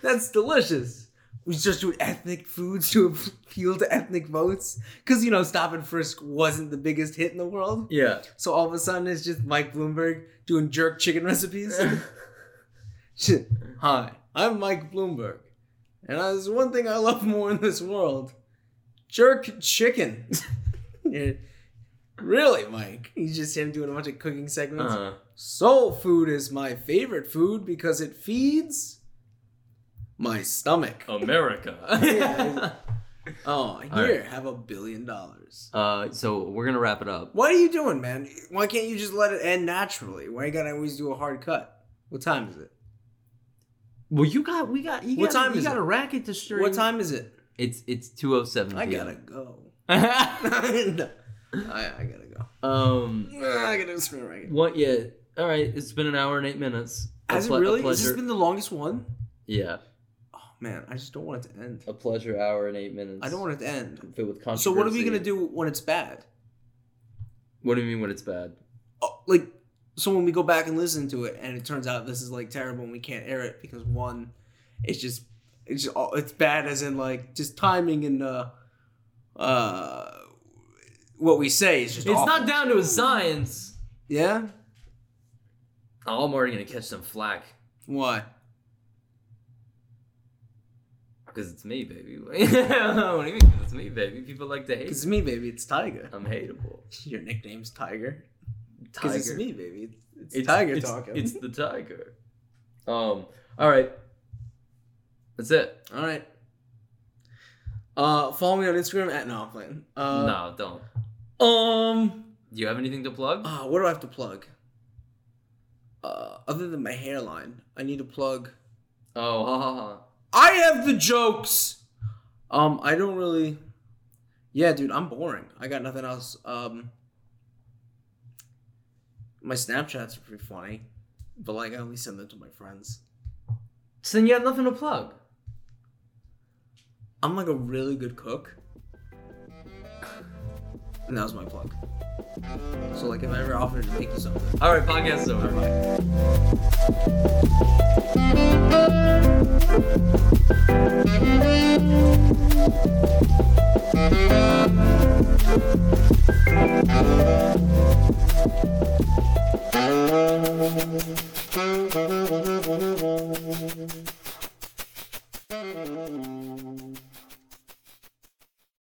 S1: That's delicious. We just do ethnic foods to appeal to ethnic votes because you know Stop and Frisk wasn't the biggest hit in the world.
S2: *laughs*
S5: Yeah.
S1: So all of a sudden it's just Mike Bloomberg doing jerk chicken
S2: *laughs*
S1: recipes. Shit. Hi, I'm Mike Bloomberg, and there's one thing I love more in this world: jerk
S2: *laughs*
S1: chicken. Yeah. really, Mike? He's just him doing a bunch of cooking segments.
S2: Uh,
S1: Soul food is my favorite food because it feeds my stomach.
S2: Uh, *laughs* America.
S1: Oh,
S2: Oh. All
S1: here,
S2: right.
S1: have a billion dollars.
S2: *laughs* uh, so we're gonna wrap it up.
S1: What are you doing, man? Why can't you just let it end naturally? Why you gotta always do a hard cut? What time is it?
S2: Well, you got we got you
S1: What
S2: got
S1: time
S2: you
S1: is
S2: got
S1: it?
S2: a racket to string.
S1: What time is it?
S2: It's it's two oh seven.
S1: I gotta go. *laughs* No, I, I gotta go.
S2: *laughs* um.
S1: Ah, I gotta spin a record.
S2: What? Yeah. All right. It's been an hour and eight minutes. A
S1: Has
S2: ple-
S1: it
S2: a
S1: really? Has
S2: pleasure-
S1: this been the longest one?
S2: yeah.
S1: Oh man, I just don't want it to end.
S2: A pleasure hour and eight minutes.
S1: I don't want it to end.
S2: filled with controversy.
S1: So what are we gonna do when it's bad?
S2: What do you mean when it's bad?
S1: Oh, like, so when we go back and listen to it, and it turns out this is like terrible, and we can't air it because one, it's just it's just, all- it's bad as in like just timing and uh uh what we say is just
S2: It's
S1: awful.
S2: not down to a science.
S1: yeah
S2: Oh, I'm already gonna catch some flack
S1: what
S2: because it's me, baby. *laughs* what do you mean? 'Cause It's me, baby. People like to hate.
S1: it's
S2: me.
S1: me baby it's Tiger
S2: I'm hateable.
S1: *laughs* your nickname's Tiger because it's
S2: Tiger.
S1: me baby it's, it's, Tiger
S2: it's,
S1: talking
S2: It's the tiger. *laughs* Um. All right. That's it.
S1: All right. Uh, follow me on Instagram at no, I'm playing. Uh,
S2: no, don't.
S1: Um,
S2: Do you have anything to plug?
S1: ah, what do I have to plug? Uh, other than my hairline, I need to plug.
S2: Oh, ha ha ha.
S1: I have the jokes. Um, I don't really. Yeah, dude, I'm boring. I got nothing else. Um, my Snapchats are pretty funny, but like I only send them to my friends.
S2: So then you have nothing to plug.
S1: I'm like a really good cook. And that was my plug. So like if I ever offered to make you something.
S2: All right, podcast's over. Bye.